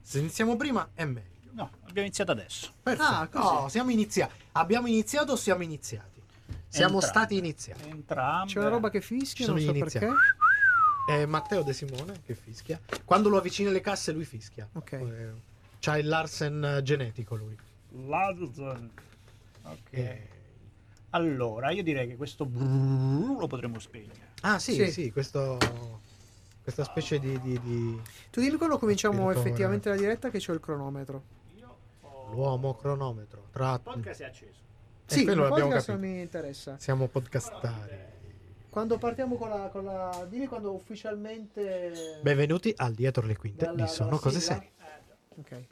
Se iniziamo prima è meglio. No, abbiamo iniziato adesso. Perfetto. Ah, così. Oh, siamo iniziati. Abbiamo iniziato o siamo iniziati? Siamo Entrambi. stati iniziati. Entrambi. C'è una roba che fischia, Ci non so sono gli iniziali. perché. È Matteo De Simone che fischia. Quando lo avvicina alle casse lui fischia. Ok. Eh, C'ha il Larsen eh, genetico lui. L'Azzon. Ok. Eh, Allora, io direi che questo brrrr lo potremmo spegnere. Ah sì, sì, Sì. questo... Questa specie di... di, di... Tu dimmi quando cominciamo Spiritore. effettivamente la diretta che c'ho il cronometro. Io L'uomo cronometro. Tra... è acceso. Eh, sì, quello il l'abbiamo podcast capito. non mi interessa. Siamo podcastari. Quando partiamo con la, con la- Dimmi quando ufficialmente... Benvenuti al Dietro le Quinte. Dalla- Di sono dalla cose sigla. Eh, serie. Ok.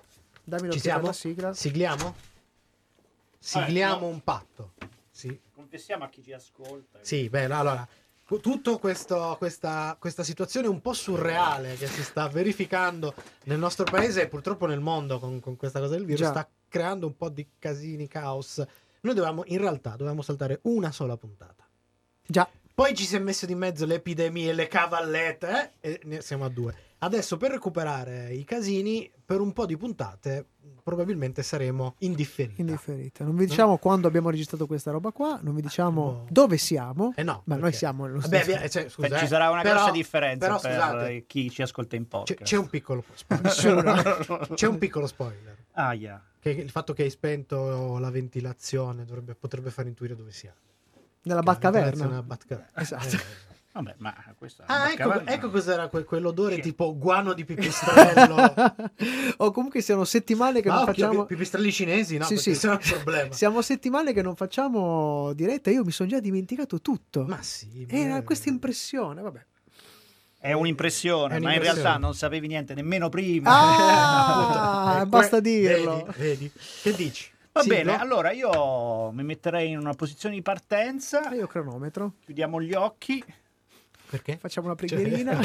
Dammi Ci l'occhiata siamo? alla sigla. Sigliamo? Sigliamo Eh, no. un patto. Sì. Confessiamo a chi ci ascolta. Sì, beh, no, allora, cu- tutto questo, questa, questa situazione un po' surreale che si sta verificando nel nostro paese e purtroppo nel mondo con, con questa cosa del virus Già. sta creando un po' di casini, caos. Noi dovevamo, in realtà, dovevamo saltare una sola puntata. Ah. Già. Poi ci si è messo di mezzo le epidemie, le cavallette eh, e ne siamo a due. Adesso per recuperare i casini, per un po' di puntate, probabilmente saremo indifferiti. Indifferita. Non vi diciamo quando abbiamo registrato questa roba qua, non vi diciamo no. dove siamo, eh no, ma noi perché- siamo nello Vabbè, stesso. via- cioè, scusa, ci eh, sarà una però- grossa differenza però, per scusate, eh, chi ci ascolta in C'è, podcast. c'è un piccolo spoiler. C'è un piccolo spoiler. Aia. Che il fatto che hai spento la ventilazione dovrebbe- potrebbe far intuire dove sia. Nella Ventilazione alla Batcaverna. Batcaverna. Esatto. Eh. Vabbè, ma questo è Ah, una ecco, caverna. ecco cos'era que- quell'odore Sì. tipo guano di pipistrello. o comunque siamo settimane che Ma non occhio, facciamo. pi- pipistrelli cinesi, no? Sì, Perché sì. sennò è un problema. Siamo settimane che non facciamo diretta. Io mi sono già dimenticato tutto. Ma eh. sì. ma- Era questa impressione, vabbè. È un'impressione, È ma in un'impressione. realtà non sapevi niente nemmeno prima. Ah, Ah, Eh, que- basta dirlo. Vedi, vedi. Che dici? Va Sì, bene, no? allora io mi metterei in una posizione di partenza. Ah, Io cronometro. Chiudiamo gli occhi. Perché? Facciamo una Cioè- preghierina.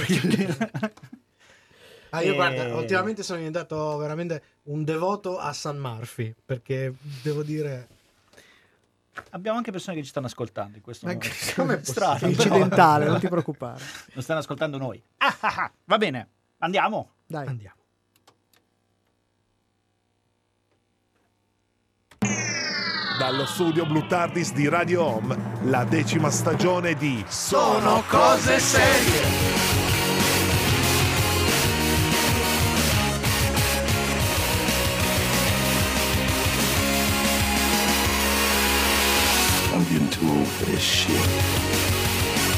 Ah, io E- guarda, ultimamente sono diventato veramente un devoto a San Murphy, perché devo dire... Abbiamo anche persone che ci stanno ascoltando in questo Ma momento. che- com'è Strano, possibile? però. Ah, Incidentale, non ti preoccupare. Non stanno ascoltando noi. Ah, ah, ah. Va bene, andiamo. Dai. Andiamo. Dallo studio Blue Tardis di Radio Home, la decima stagione di Sono cose serie. I'm getting too old for this shit.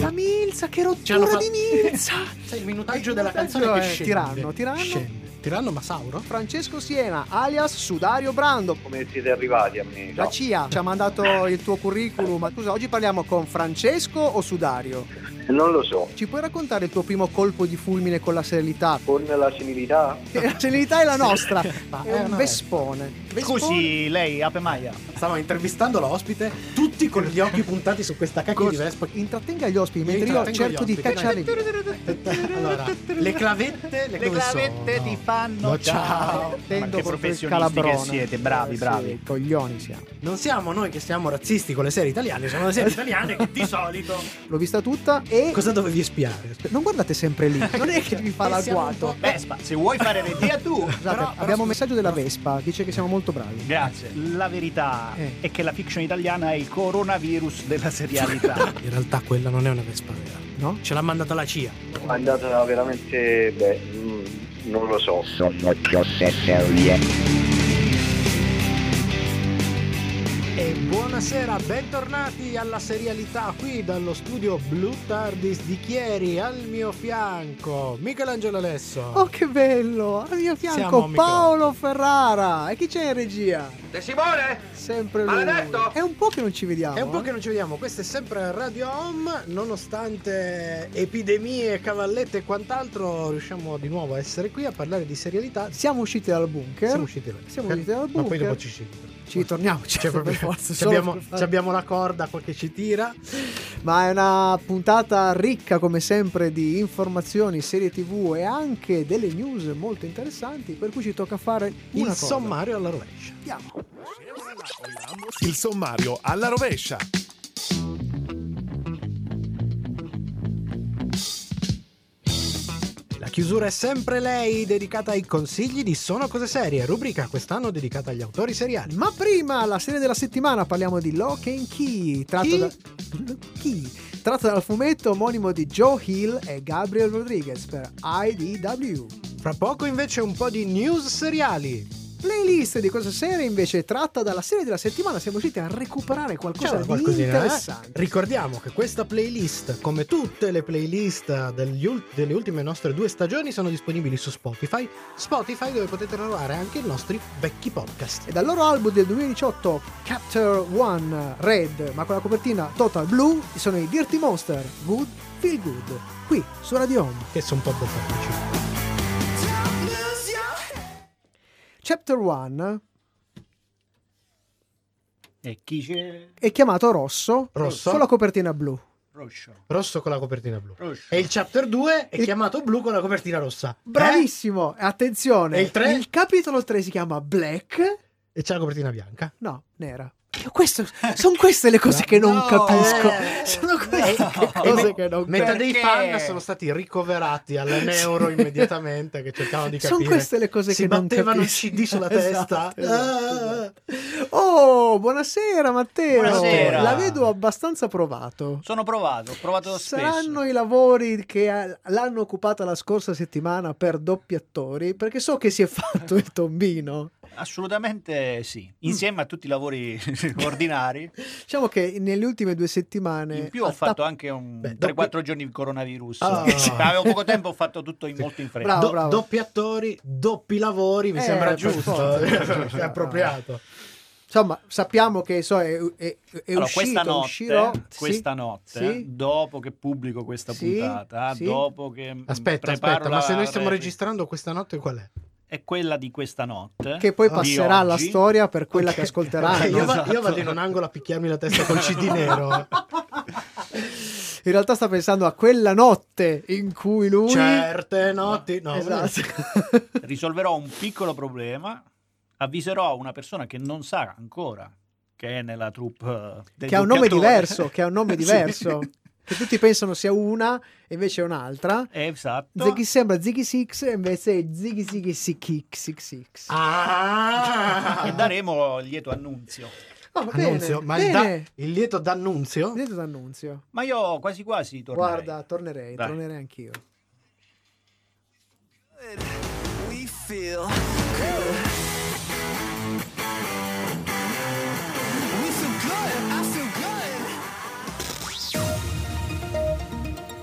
La Milza, che Ci hanno rottura fatto- di Milza! Sai, il minutaggio della canzone Quello che è scende. tiranno, tiranno. Scende. Tiranno Masauro? Francesco Siena, alias Sudario Brando. come siete arrivati a me? La CIA ci ha mandato il tuo curriculum. Ma Scusa, oggi parliamo con Francesco o Sudario? Non lo so, Ci puoi raccontare il tuo primo colpo di fulmine con la serenità? con la civiltà? La serenità è la nostra. Ma È un una- vespone. Vespone? Scusi, lei, Ape Maia. Stavo intervistando l'ospite, tutti con gli occhi puntati su questa cacchio di Vespa. Intrattenga gli ospiti mentre io Intrattengo cerco gli di ospiti, cacciare. dai. Allora, le clavette, le, Le dove clavette sono? ti fanno No, ciao. ciao. Ma Tendo che proprio il professionisti che calabrone. siete, bravi, Eh, sì, bravi. coglioni siamo. Non siamo noi che siamo razzisti con le serie italiane, sono le serie italiane che di solito. L'ho vista tutta e. Cosa dovevi espiare? Non guardate sempre lì, non è che vi fa Eh, siamo un l'agguato. po'- Vespa, se vuoi fare regia tu. Scusate, però- però abbiamo scusa- un messaggio della Vespa, dice che siamo molto bravi. Grazie. La verità Eh. è che la fiction italiana è il coronavirus della serialità. In realtà quella non è una Vespa vera. No? Ce l'ha mandata la CIA. È andata veramente, beh, mm, non lo so. Sono cose serie. E buonasera, bentornati alla serialità qui dallo studio Blue Tardis di Chieri, al mio fianco Michelangelo Alesso. Oh che bello! Al mio Siamo a fianco microfono. Paolo Ferrara! E chi c'è in regia? De Simone? Sempre lui. Maledetto! È un po' che non ci vediamo. È un po' che eh. non ci vediamo, questo è sempre Radio Home, nonostante epidemie, cavallette e quant'altro, riusciamo di nuovo a essere qui a parlare di serialità. Siamo usciti dal bunker. Siamo usciti dal Siamo usciti dal Ma poi bunker. dopo ci ci Ci ritorniamo, certo, Cioè, proprio- per forza. ci solo abbiamo, per fare- ci abbiamo la corda qua che ci tira. ma è una puntata ricca come sempre di informazioni, serie tv e anche delle news molto interessanti, per cui ci tocca fare una Il cosa. sommario alla rovescia. Andiamo. Il sommario alla rovescia. La chiusura è sempre lei, dedicata ai consigli di Sono Cose Serie, rubrica quest'anno dedicata agli autori seriali. Ma prima, la serie della settimana, parliamo di Lock and Key, tratto, Chi? da- Key, tratto dal fumetto omonimo di Joe Hill e Gabriel Rodriguez per IDW. Fra poco invece un po' di news seriali. Playlist di questa serie invece tratta dalla serie della settimana, siamo riusciti a recuperare C'è qualcosa una di qualcosina, eh? interessante. Ricordiamo che questa playlist, come tutte le playlist degli ul- delle ultime nostre due stagioni, sono disponibili su Spotify. Spotify dove potete trovare anche i nostri vecchi podcast. E dal loro album del 2018, Capture One Red, ma con la copertina total blu, sono i Dirty Monster, Good Feel Good, qui su Radio Home. Che sono un po' boffortici. Chapter 1 E chi c'è? è chiamato Rosso, Rosso. con la copertina blu. Roscio. Rosso con la copertina blu. Roscio. E il chapter 2 è Il- chiamato blu con la copertina rossa. Eh? Bravissimo! E Attenzione! E il tre? capitolo 3 si chiama Black. Eh? E c'è la copertina bianca. No, nera. sono queste le cose che non No, capisco. eh, sono queste no. le cose E che non Metà Perché? dei fan sono stati ricoverati alle neuro immediatamente che cercavano di Sono capire. queste le cose si che non battevano il capisco. CD sulla testa. Esatto, esatto, Ah. capisco. Oh, buonasera Matteo. Buonasera. La vedo abbastanza provato. Sono provato, ho provato spesso. Saranno i lavori che eh, l'hanno occupata la scorsa settimana per doppi attori, perché so che si è fatto il tombino. Assolutamente Mm. sì. Insieme a tutti i lavori ordinari. Diciamo che nelle ultime due settimane In più ho Eh, a fatto tappa- anche un Beh, 3-4 doppio- giorni di coronavirus. Ah. Avevo poco tempo, ho fatto tutto in, Sì. molto in fretta. Bravo, Do- bravo. Doppi attori, doppi lavori, mi Eh, sembra per giusto. forza, per È forza. appropriato. Insomma, sappiamo che so, è, è, è Allora, uscito, questa notte, uscirò. questa Sì, notte sì. dopo che pubblico questa Sì, puntata, sì. dopo che mm, Aspetta, preparo aspetta, la ma se noi stiamo replica- registrando questa notte qual è? è quella di questa notte Che poi di passerà alla oggi. storia per quella Ok. che Eh, ascolteranno. Io, va- Esatto. io vado in un angolo a picchiarmi la testa col CD nero. In realtà sta pensando a quella notte in cui lui... Cioè, Certe notti. No, Esatto. risolverò un piccolo problema, avviserò una persona che non sa ancora che è nella troupe eh, dei Che ha un nome doppiatori. diverso, che ha un nome Sì. diverso. che tutti pensano sia una e invece è un'altra. Esatto. Ziggy sembra Ziggy Six e invece è Ziggy Ziggy Six Six Six. Ah! E daremo il lieto annunzio. Oh, va Annunzio, bene, ma il, bene. da- il lieto d'annunzio? Vedete d'annunzio. Ma io quasi quasi tornerei. Guarda, tornerei, Dai. tornerei anch'io.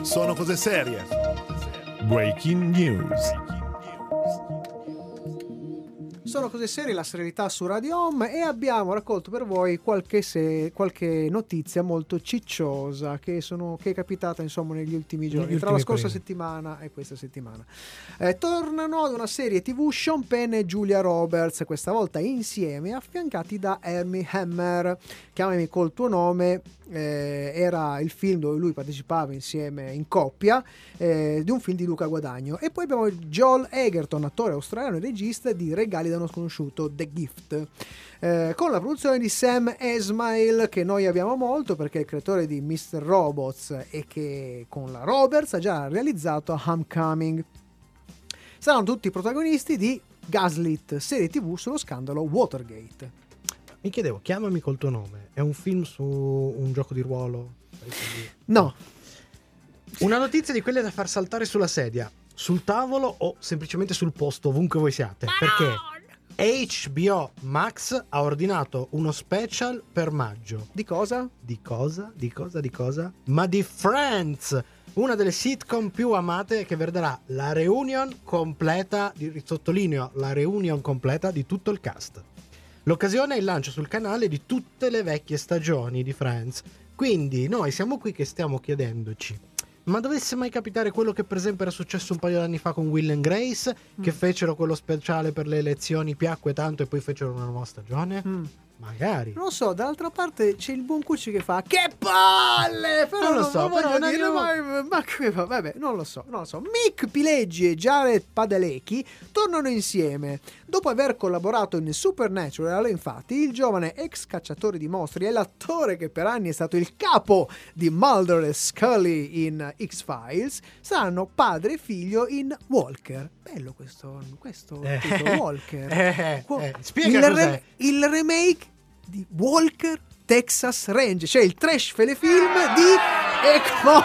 Sono cose serie. Breaking news. Sono cose serie, la serenità su Radio Home e abbiamo raccolto per voi qualche, se- qualche notizia molto cicciosa che, sono- che è capitata insomma negli ultimi giorni, Negli tra la ultimi scorsa periodi. settimana e questa settimana. Eh, tornano ad una serie tv Sean Penn e Julia Roberts, questa volta insieme, affiancati da Hermie Hammer. Chiamami col tuo nome, eh, era il film dove lui partecipava insieme in coppia eh, di un film di Luca Guadagno. E poi abbiamo Joel Egerton, attore australiano e regista di Regali da uno sconosciuto, The Gift. eh, con la produzione di Sam Esmail, che noi abbiamo molto perché è il creatore di Mr. Robots e che con la Roberts ha già realizzato Homecoming. Saranno tutti i protagonisti di Gaslit, serie tv sullo scandalo Watergate. Mi chiedevo, chiamami col tuo nome. È un film su un gioco di ruolo? No, Una notizia di quelle da far saltare sulla sedia, sul tavolo o semplicemente sul posto, ovunque voi siate. Perché HBO Max ha ordinato uno special per maggio. di cosa? Di cosa? Di cosa? Di cosa? Ma di Friends! Una delle sitcom più amate che vedrà la reunion completa, di, sottolineo, la reunion completa di tutto il cast. L'occasione è il lancio sul canale di tutte le vecchie stagioni di Friends. Quindi noi siamo qui che stiamo chiedendoci, ma dovesse mai capitare quello che per esempio era successo un paio d'anni fa con Will and Grace, che fecero quello speciale per le elezioni, piacque tanto e poi fecero una nuova stagione? Mm. Magari. Non lo so, dall'altra parte c'è il buon Cucci che fa Che palle! Però Non lo so, voglio però non dire, glielo- ma, ma che- vabbè, non lo so, non lo so. Mick Pileggi e Jared Padalecki tornano insieme. Dopo aver collaborato in Supernatural, infatti, il giovane ex cacciatore di mostri è l'attore che per anni è stato il capo di Mulder e Scully in X-Files, saranno padre e figlio in Walker. Bello questo, questo Eh, titolo, Walker. eh, Qua- eh, spiega il, cos'è. re- il remake di Walker Texas Range, cioè il trash telefilm di e con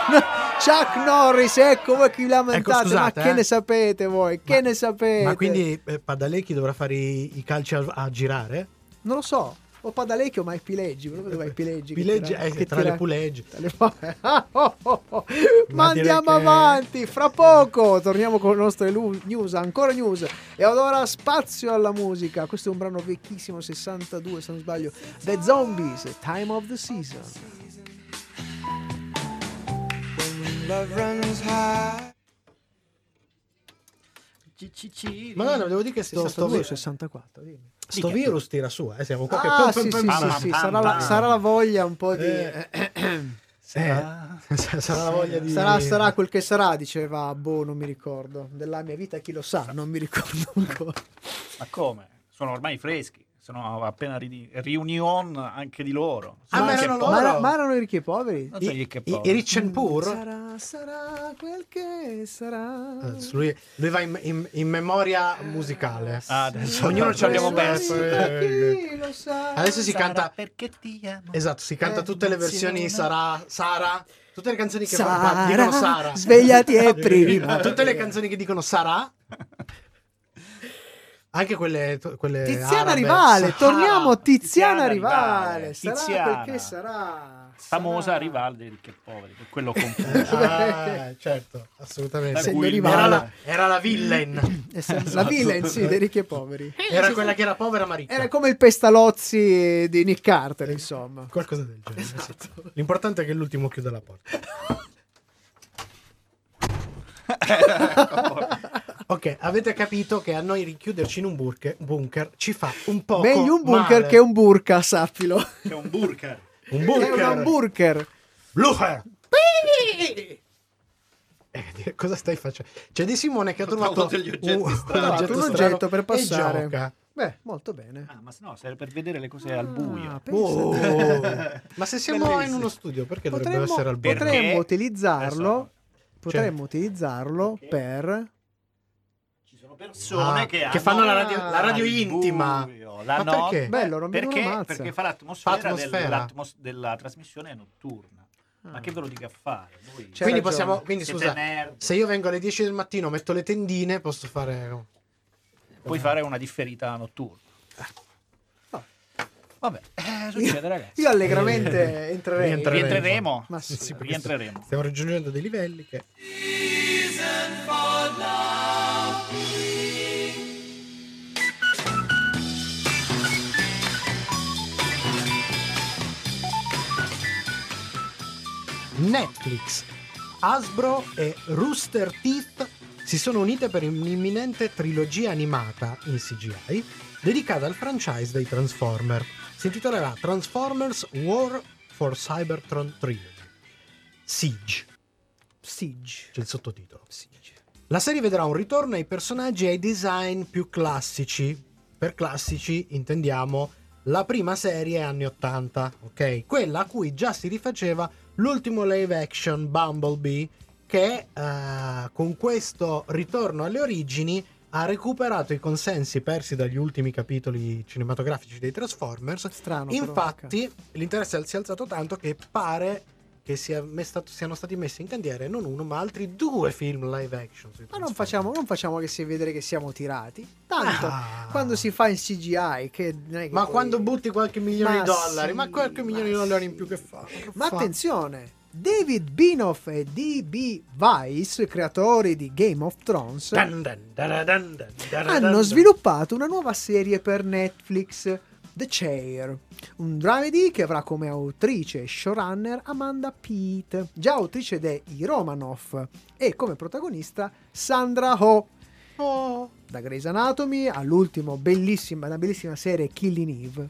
Chuck Norris. Ecco voi chi lamentate, Ecco, scusate, ma che eh. ne sapete voi? Che Ma- ne sapete? Ma quindi eh, Padalecchi dovrà fare i, i calci a, a girare? Non lo so. O Padalecchio, ma i Pileggi. Ma dove vai i Pileggi? che Pileggi, tira- eh, che tra tira- le puleggi. tra le fa- Ah, oh, oh, oh. Ma Ma direi andiamo che- avanti, fra poco torniamo con le nostre lu- news, ancora news. E allora spazio alla musica. Questo è un brano vecchissimo, 62 se non sbaglio. The Zombies, Time of the Season. Ah. Ci-ci-ci. Madonna, devo dire che sto, sto, 62 vi- 64, dimmi. sto Di che? virus tira su, eh, siamo qua che Ah, pam, sì, pam, sì, pam, sì, pam. sì, pam, sarà, la, pam. sarà la voglia un po' di... Eh, Sarà- Eh, sarà la voglia di... Sarà, sarà quel che sarà, diceva, boh, non mi ricordo. Della mia vita, chi lo sa, non mi ricordo ancora. Ma come? Sono ormai freschi. Sono appena ri- reunion anche di loro. Ah, Sono ma anche erano po- loro? Ma, era- ma erano i ricchi e i poveri? Non so I, gli che i, poveri. i Rich and Poor? Sarà, sarà quel che sarà. Eh, Lui, lui va in, in- in memoria musicale. Ah, adesso Ognuno ci abbiamo Quella perso. vita, eh. chi lo sa. Adesso si Sarà canta... perché ti amo. Esatto, si canta Eh, tutte le versioni Sara, Sara, tutte le canzoni che fa- Sara, dicono Sara. svegliati e prima. Tutte le canzoni che dicono Sara. Anche quelle, to- quelle Tiziana arabe. Rivale, Sara. torniamo a Tiziana Tiziana Rivale. Rivale, Sarà Tiziana. quel che sarà. Famosa Sarà. rivale dei ricchi e poveri, per quello confuso. Ah, certo, assolutamente. Sì, Per cui il Era Rivale. la, era la villain. Eh, sa- La villain, sì, dei ricchi e poveri. Era quella che era povera ma ricca. Era come il Pestalozzi di Nick Carter, insomma. Qualcosa del genere. sì. esatto. L'importante è che l'ultimo chiuda la porta. Ok, avete capito che a noi richiuderci in un burke- bunker ci fa un po' Meglio un bunker che un burka, sappilo. Che è un burger. un È un bunker. hamburger. Luca! Eh, dire, cosa stai facendo? C'è Di Simone che ha trovato trovato degli oggetti un, strani. un Tra l'altro, oggetto, un strano oggetto per e passare. gioca. Beh, molto bene. Ah, ma se no, serve per vedere le cose al Ah, buio. Oh. pensa te. Ma se siamo in Bellissimo. uno studio, perché Potremmo, dovrebbe essere al Cioè, Perché? bordo? potremmo utilizzarlo, Esatto. Adesso, potremmo utilizzarlo Perché? per... Ci sono persone Ah, che, che hanno- fanno la radio- la radio al intima. buio, la Ma notte. perché? Bello, non mi perché? ammazza. Perché fa l'atmosfera, del- L'atmosfera. l'atmos- della trasmissione notturna. Ma Ah. Cioè, che ve lo dico a fare? Voi Quindi C'è ragione. possiamo, quindi siete scusa, nerd. se io vengo alle 10 del mattino, metto le tendine, posso fare Puoi fare una differita notturna. No. Vabbè, eh, succede ragazzi. Ah. Io allegramente entrerei. Rientrerei. Rientreremo. Ma sì. Sì, perché rientreremo. Stiamo raggiungendo dei livelli che Netflix, Hasbro e Rooster Teeth si sono unite per un'imminente trilogia animata in CGI dedicata al franchise dei Transformer. Si intitolerà Transformers War for Cybertron Trilogy. Siege, Siege. c'è il sottotitolo. Siege. La serie vedrà un ritorno ai personaggi e ai design più classici. Per classici intendiamo la prima serie anni 80, ok? Quella a cui già si rifaceva l'ultimo live action Bumblebee che eh, con questo ritorno alle origini ha recuperato i consensi persi dagli ultimi capitoli cinematografici dei Transformers. Strano. però, ecco. Infatti l'interesse si è alzato tanto che pare che sia me- stato- siano stati messi in cantiere non uno ma altri due film live action. sui Ma non Transformers. facciamo, non facciamo che si vedere che siamo tirati. Tanto Ah. quando si fa in CGI, che non è che Ma poi- quando butti qualche milione Ma di dollari, sì, ma qualche milione di ma dollari in sì. più che fa? Ma Fa- attenzione, David Binoff e D.B. Weiss, creatori di Game of Thrones, Dun dun dun dun dun dun dun hanno dun. sviluppato una nuova serie per Netflix, The Chair, un dramedy che avrà come autrice e showrunner Amanda Peet, già autrice de I Romanoff, e come protagonista Sandra Ho. Da Grey's Anatomy all'ultimo bellissima, una bellissima serie Killing Eve.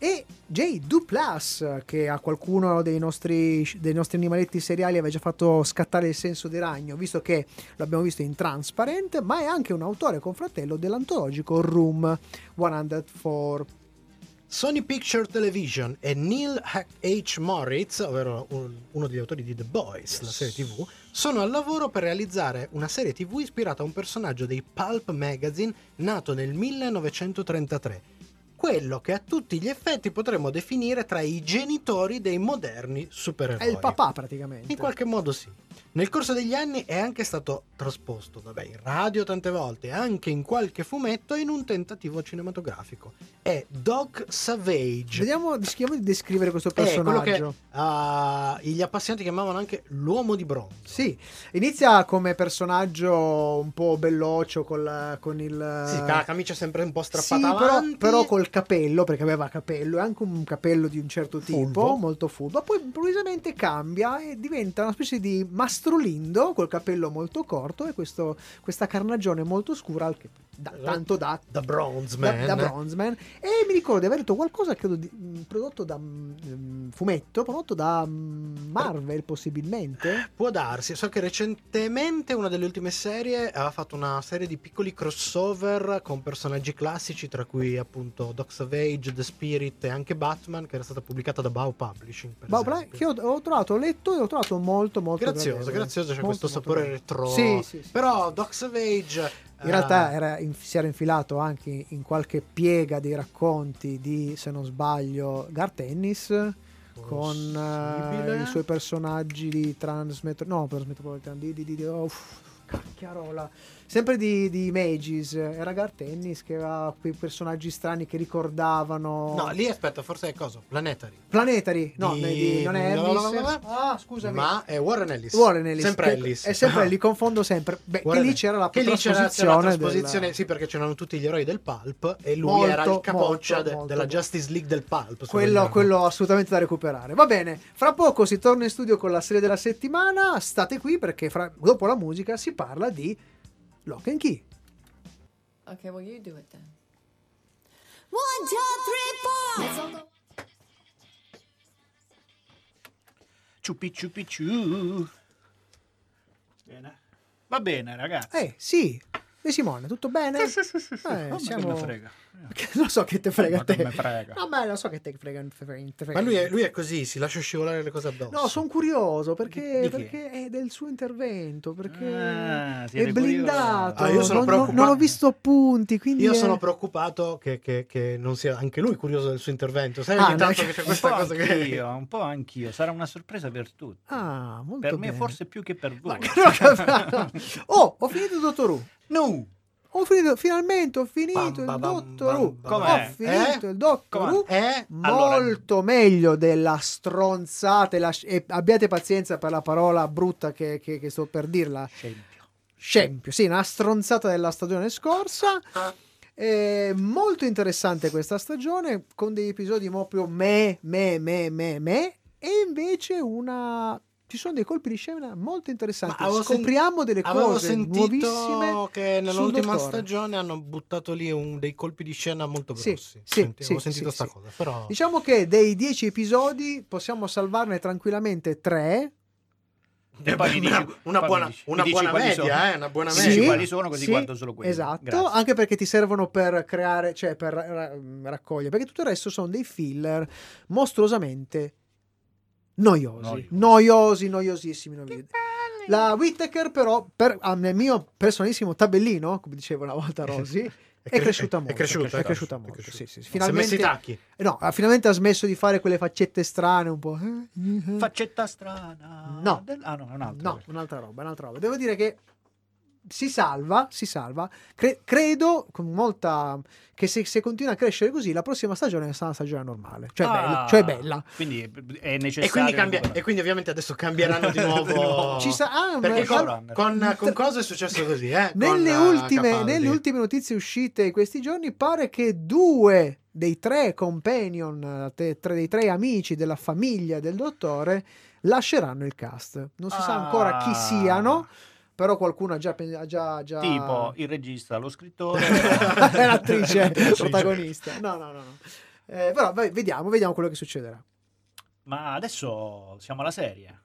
E J Duplas, che a qualcuno dei nostri, dei nostri animaletti seriali aveva già fatto scattare il senso di ragno, visto che l'abbiamo visto in Transparent, ma è anche un autore confratello dell'antologico Room 104. Sony Picture Television e Neil H. Moritz, ovvero un- uno degli autori di The Boys, la serie TV, sono al lavoro per realizzare una serie TV ispirata a un personaggio dei Pulp Magazine nato nel 1933. Quello che a tutti gli effetti potremmo definire tra i genitori dei moderni È supereroi. il papà praticamente. In qualche modo sì. Nel corso degli anni è anche stato trasposto, vabbè, in radio tante volte, anche in qualche fumetto e in un tentativo cinematografico. È Dog Savage. Vediamo, rischiamo di descrivere questo È Eh, quello che personaggio. ah, gli appassionati chiamavano anche l'uomo di bronzo. Sì, inizia come personaggio un po' belloccio col- con il... Sì, con la camicia sempre un po' Sì, strappata però, avanti. però col capello, perché aveva capello, e anche un capello di un certo tipo, Fulvo. molto fulvo. Poi improvvisamente cambia e diventa una specie di mastrolindo col capello molto corto e questo- questa carnagione molto scura, al che da- tanto da. Da Bronze da- Man. da Bronze Man. E mi ricordo di aver detto qualcosa, credo, di, mh, prodotto da mh, fumetto, prodotto da mh, Marvel possibilmente. Può darsi, so che recentemente una delle ultime serie aveva fatto una serie di piccoli crossover con personaggi classici, tra cui appunto Doc Savage, The Spirit e anche Batman, che era stata pubblicata da Bao Publishing. Ah, Per Bob Black, esempio. Boh, che ho, ho trovato, ho letto e ho trovato molto, molto Grazioso, gradevole. grazioso, c'è questo Molto, molto sapore gradevole. retro. Sì, sì, sì, Però eh, sì, sì. Doc Savage... In Ah. realtà era in- si era infilato anche in qualche piega dei racconti di, se non sbaglio, Garth Ennis con eh, i suoi personaggi di Transmetro... No, Transmetropolitan, di... di, di, di oh, uff, cacchiarola. Sempre di, di Magis. Era Garth Ennis che aveva quei personaggi strani che ricordavano... No, lì aspetta, forse è cosa? Planetary. Planetary. No, di- ne- di- non è Ennis. Ah, scusami. Ma è Warren Ellis. Warren Ellis. Sempre che- Ellis. È sempre Ah. Ellis, confondo sempre. Beh, che Warren lì Ellis. c'era la Che lì c'era- c'era la trasposizione della- trasposizione, sì, perché c'erano tutti gli eroi del Pulp e lui Molto, era il capoccia molto, de- molto. della Justice League del Pulp. se Quello, vogliamo. quello assolutamente da recuperare. Va bene, fra poco si torna in studio con la serie della settimana. State qui perché fra- dopo la musica si parla di Lock and Key. Okay, well, you do it then. One, two, three, four! Let's all go. Ciupi ciupi ciu. Bene. Va bene, ragazzi. Eh, sì. E Simone, tutto bene? Sì, sì, sì, sì. Eh, Vabbè, siamo- che me frega. Che Lo so che te frega Ma te. che me frega. No, beh, lo so che te frega. te frega- te frega. Ma lui è, lui è così, si lascia scivolare le cose addosso. No, sono curioso Di- perché, di chi? perché è del suo intervento, perché Ah, è siete blindato. curiosi. Ah, io sono non, preoccupato. non ho visto punti, quindi Io è- sono preoccupato che, che- che non sia anche lui curioso del suo intervento. Sai, Ah, ogni no, tanto che- che c'è Un po' Cioè, questa cosa che. anch'io, un po' anch'io. Sarà una sorpresa per tutti. Ah, molto per me bene. forse più che per Ma voi. che non ho capito. Oh, ho finito Dottor Who. no! Ho finito, finalmente ho finito Bam, bam, il bam, Doctor bam, Who. bam. Com'è? Ho finito Eh? il Doctor Com'è? Who. Eh? Allora- Molto meglio della stronzata. e la- e abbiate pazienza per la parola brutta che, che- che sto per dirla. Scempio. Scempio, sì, una stronzata della stagione scorsa. Ah. Eh, molto interessante questa stagione con degli episodi proprio me, me, me, me, me. E invece una. Ci sono dei colpi di scena molto interessanti. avevo sen- Scopriamo delle Avevo cose sentito nuovissime. che nell'ultima dottore. stagione hanno buttato lì un- dei colpi di scena molto Sì, grossi. sì, Senti- sì, avevo sentito sì, sta sì. cosa, però Diciamo che dei 10 episodi possiamo salvarne tranquillamente 3. E poi mi dici- Eh, una, una poi mi buona, dici- una mi dici buona quali sono. media, eh, una buona Sì. media. quali sono, così guardo solo quelli. Esatto, Grazie. anche perché ti servono per creare, cioè per ra- ra- raccogliere, perché tutto il resto sono dei filler mostruosamente noiosi, Noiosi. noiosi, noiosissimi. noiosi. La Whittaker però, per, ah, nel mio personalissimo tabellino, come dicevo una volta Rosy, è, cre- cresciuta molto. È cresciuta, è cresciuta è molto. cresciuta. sì, sì, sì. Si è messo Finalmente, i tacchi. no, ah, finalmente ha smesso di fare quelle faccette strane un po'. eh, eh, eh. Faccetta strana. No. Del- Ah, no, è un altro. No, un'altra roba, un'altra roba. Devo dire che si salva, si salva. Cre- credo con molta che se, se continua a crescere così la prossima stagione sarà una stagione normale, cioè, Ah, bella, cioè bella. Quindi è necessario. E quindi, cambia- ancora. e quindi ovviamente adesso cambieranno di Di nuovo. nuovo. Ci sa- ah, Perché ma- con, con, con cosa è successo così, eh? Nelle, Con, eh, ultime, Capaldi. nelle ultime notizie uscite in questi giorni pare che due dei tre companion, te- tre- dei tre amici della famiglia del dottore lasceranno il cast. Non si sa ancora chi Ah. siano, però qualcuno ha già... pe- ha già, già... Tipo il regista, lo scrittore. L'attrice L'attrice. protagonista. No, no, no. no. Eh, però vai- vediamo, vediamo quello che succederà. Ma adesso siamo alla serie.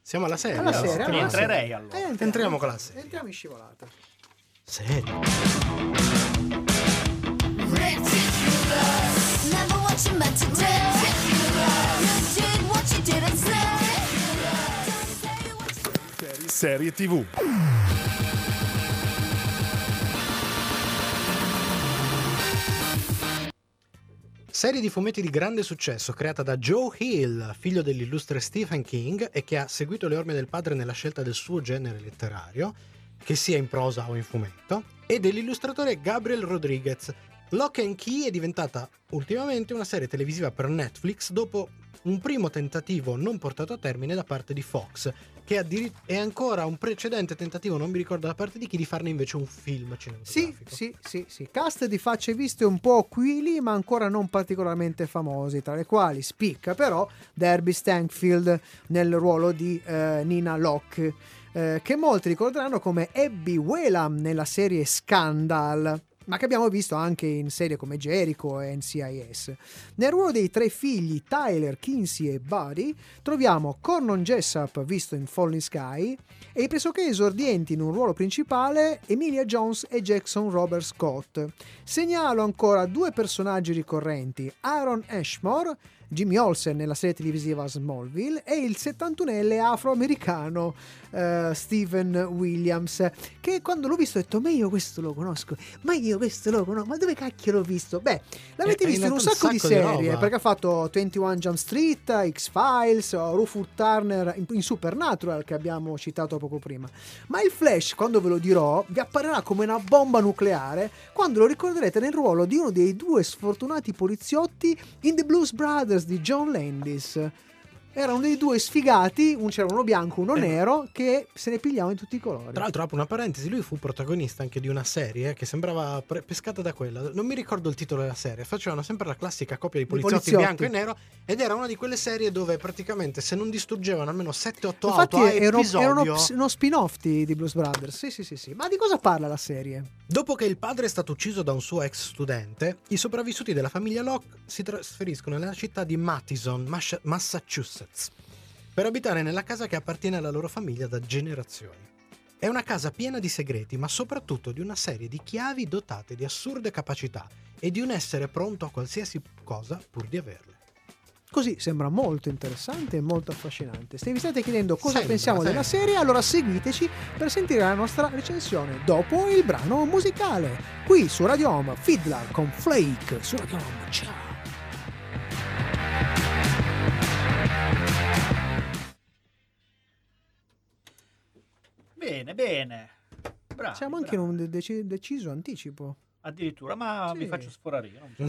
Siamo alla serie. Alla Eh, no? serie, Entriamo alla alla serie. Rientrerei allora. Eh, Entriamo con la serie. Entriamo in scivolata. Serie. Never what you meant to do. You did what you didn't say. Don't say what you Serie TV. Serie di fumetti di grande successo creata da Joe Hill, figlio dell'illustre Stephen King, e che ha seguito le orme del padre nella scelta del suo genere letterario, che sia in prosa o in fumetto, e dell'illustratore Gabriel Rodriguez. Lock and Key è diventata ultimamente una serie televisiva per Netflix dopo un primo tentativo non portato a termine da parte di Fox, che addiri- è ancora un precedente tentativo, non mi ricordo da parte di chi, di farne invece un film Sì, cinematografico. sì, sì, sì. Cast di facce viste un po' aquili, ma ancora non particolarmente famosi, tra le quali spicca però Derby Stanfield nel ruolo di eh, Nina Locke, eh, che molti ricorderanno come Abby Whelan nella serie Scandal. Ma che abbiamo visto anche in serie come Jericho e NCIS. Nel ruolo dei tre figli, Tyler, Kinsey e Buddy, troviamo Cornon Jessup, visto in Falling Sky, e i pressoché esordienti in un ruolo principale Emilia Jones e Jackson Robert Scott. Segnalo ancora due personaggi ricorrenti, Aaron Ashmore, Jimmy Olsen nella serie televisiva Smallville e il 71enne afroamericano eh, Steven Williams, che quando l'ho visto ho detto ma io questo lo conosco, ma io questo lo conosco, ma dove cacchio l'ho visto? Beh, l'avete Eh, visto in un sacco, di serie, roba. perché ha fatto 21 Jump Street, X-Files, Rufus Turner in- in Supernatural che abbiamo citato poco prima. Ma il Flash, quando ve lo dirò, vi apparirà come una bomba nucleare quando lo ricorderete nel ruolo di uno dei due sfortunati poliziotti in The Blues Brothers di John Landis. Era uno dei due sfigati, un c'era uno bianco, uno nero, che se ne pigliava in tutti i colori. Eh. Tra l'altro, apro una parentesi, lui fu protagonista anche di una serie che sembrava pre- pescata da quella. Non mi ricordo il titolo della serie, facevano sempre la classica coppia di Di poliziotti, poliziotti. bianco e nero ed era una di quelle serie dove praticamente se non distruggevano almeno 7-8 Infatti auto a era, un- era uno, episodio, ps- uno spin-off di, di Blues Brothers. Sì, sì, sì, sì. Ma di cosa parla la serie? dopo che il padre è stato ucciso da un suo ex studente, i sopravvissuti della famiglia Locke si trasferiscono nella città di Madison, Mas- Massachusetts, per abitare nella casa che appartiene alla loro famiglia da generazioni. È una casa piena di segreti, ma soprattutto di una serie di chiavi dotate di assurde capacità e di un essere pronto a qualsiasi cosa pur di averle. Così sembra molto interessante e molto affascinante. Se vi state chiedendo cosa Sembra, pensiamo della sembra. serie, allora seguiteci per sentire la nostra recensione dopo il brano musicale. Qui su Radio Home, Fiddler con Flake su Radio Home. Ciao! Bene, bene. Ah, Bravo. Siamo anche in un deci- deciso anticipo. Addirittura, ma Sì. mi faccio sforare io. non so. Non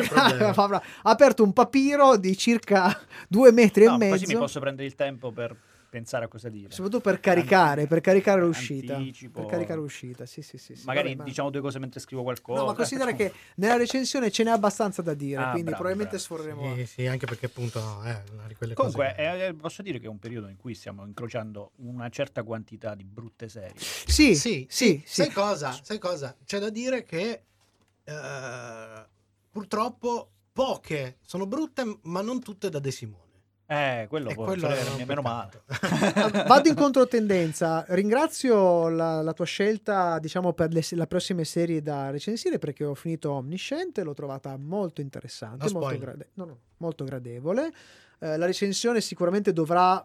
c'è problema. ha aperto un papiro di circa due metri No, e così mi mezzo. posso prendere il tempo per pensare a cosa dire. Soprattutto per caricare, per caricare l'uscita. Anticipo. Per caricare l'uscita, sì, sì, sì. sì. Magari Vabbè, ma- diciamo due cose mentre scrivo qualcosa. No, ma considera che nella recensione ce n'è abbastanza da dire, Ah, quindi bravo, probabilmente bravo. sforreremo. Sì, sì, anche perché appunto è una di quelle Comunque, cose. che- eh, posso dire che è un periodo in cui stiamo incrociando una certa quantità di brutte serie. Sì, sì, sì, sì. Sai cosa? Sai cosa? C'è da dire che eh, purtroppo poche sono brutte, ma non tutte da De Simone. Eh, quello, può- un sarebbe meno male. peccato. Vado in controtendenza. Ringrazio la, la tua scelta, diciamo, per le, le prossime serie da recensire perché ho finito Omniscient, l'ho trovata molto interessante, No molto, spoiler. grade- no, no, molto gradevole. Eh, la recensione sicuramente dovrà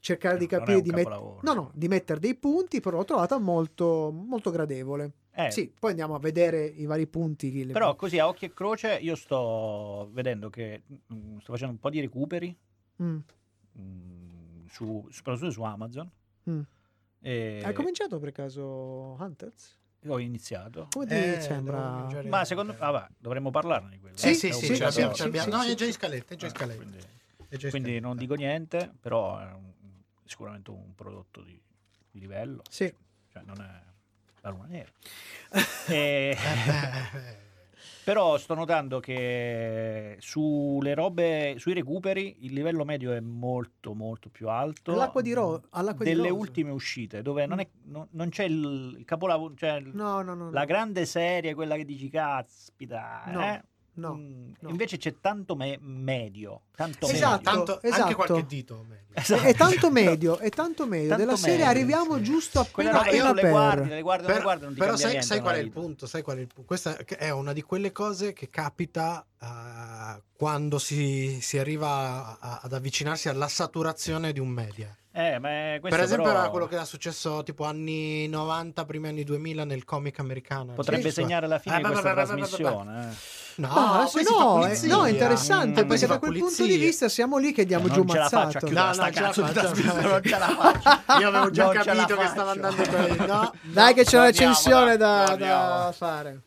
cercare di Non è capire un di, met- capolavoro. no, no, di mettere dei punti, però l'ho trovata molto, molto gradevole. Eh, Sì, poi andiamo a vedere i vari punti. le- Però così a occhio e croce io sto vedendo che mm, sto facendo un po' di recuperi, Mm. mm, su, soprattutto su Amazon. Mm. E Eh, Hai cominciato per caso Hunters? Ho iniziato. Come ti Eh, devo sembra? cominciare- Ma secondo me, vabbè, dovremmo parlarne di quello. Sì, Eh, sì, È sì, sì, ci abbiamo- obbligatorio. ci abbiamo- no, sì, è sì, già in sì. scaletta, è già in Ah, scaletta. quindi- È già in Quindi scaletta. non dico niente, però è un- sicuramente un prodotto di, di livello. Sì. Cioè, non è la luna nera. E- Eh, eh, però sto notando che sulle robe, sui recuperi, il livello medio è molto molto più alto. All'acqua di ro- all'acqua di delle rose. Mm. ultime uscite, dove non, è- non- non c'è il, il capolavoro, cioè il- No, no, no. la no. grande serie, quella che dici caspita, No, eh? No. Mm, no. Invece c'è tanto me- medio. Tanto Sì, Esatto, medio. tanto- esatto. Anche qualche dito. meglio. Esatto. È tanto medio, è tanto medio. Tanto Della serie medio, arriviamo sì. giusto Quella appena, roba io appena le guardo, per. le guardo, le Però, guardo, non ti però cambia sai, niente sai qual è nella il vita. punto? Sai qual è il punto? Questa è una di quelle cose che capita eh, quando si, si arriva a- a- ad avvicinarsi alla saturazione di un media. Eh, ma questo per esempio però era quello che era successo tipo anni 90, primi anni 2000 nel comic americano. potrebbe Sì, sì. segnare la fine Ah, di beh, beh, questa beh, beh, beh, beh. trasmissione. eh. No, Ma se poi si no, fa eh, pulizia. no, è interessante Mm. Poi perché si da fa quel punto di pulizia. vista siamo lì che diamo Non giù ce la faccio a mazzate. chiudere No, sta no, ce la cazzo di faccio. trasmissione, non ce la faccio. Io avevo già Non ce la capito che stava faccio. andando quello. No. Dai, che c'è una Torniamo, dai, recensione da, torniamo. da fare.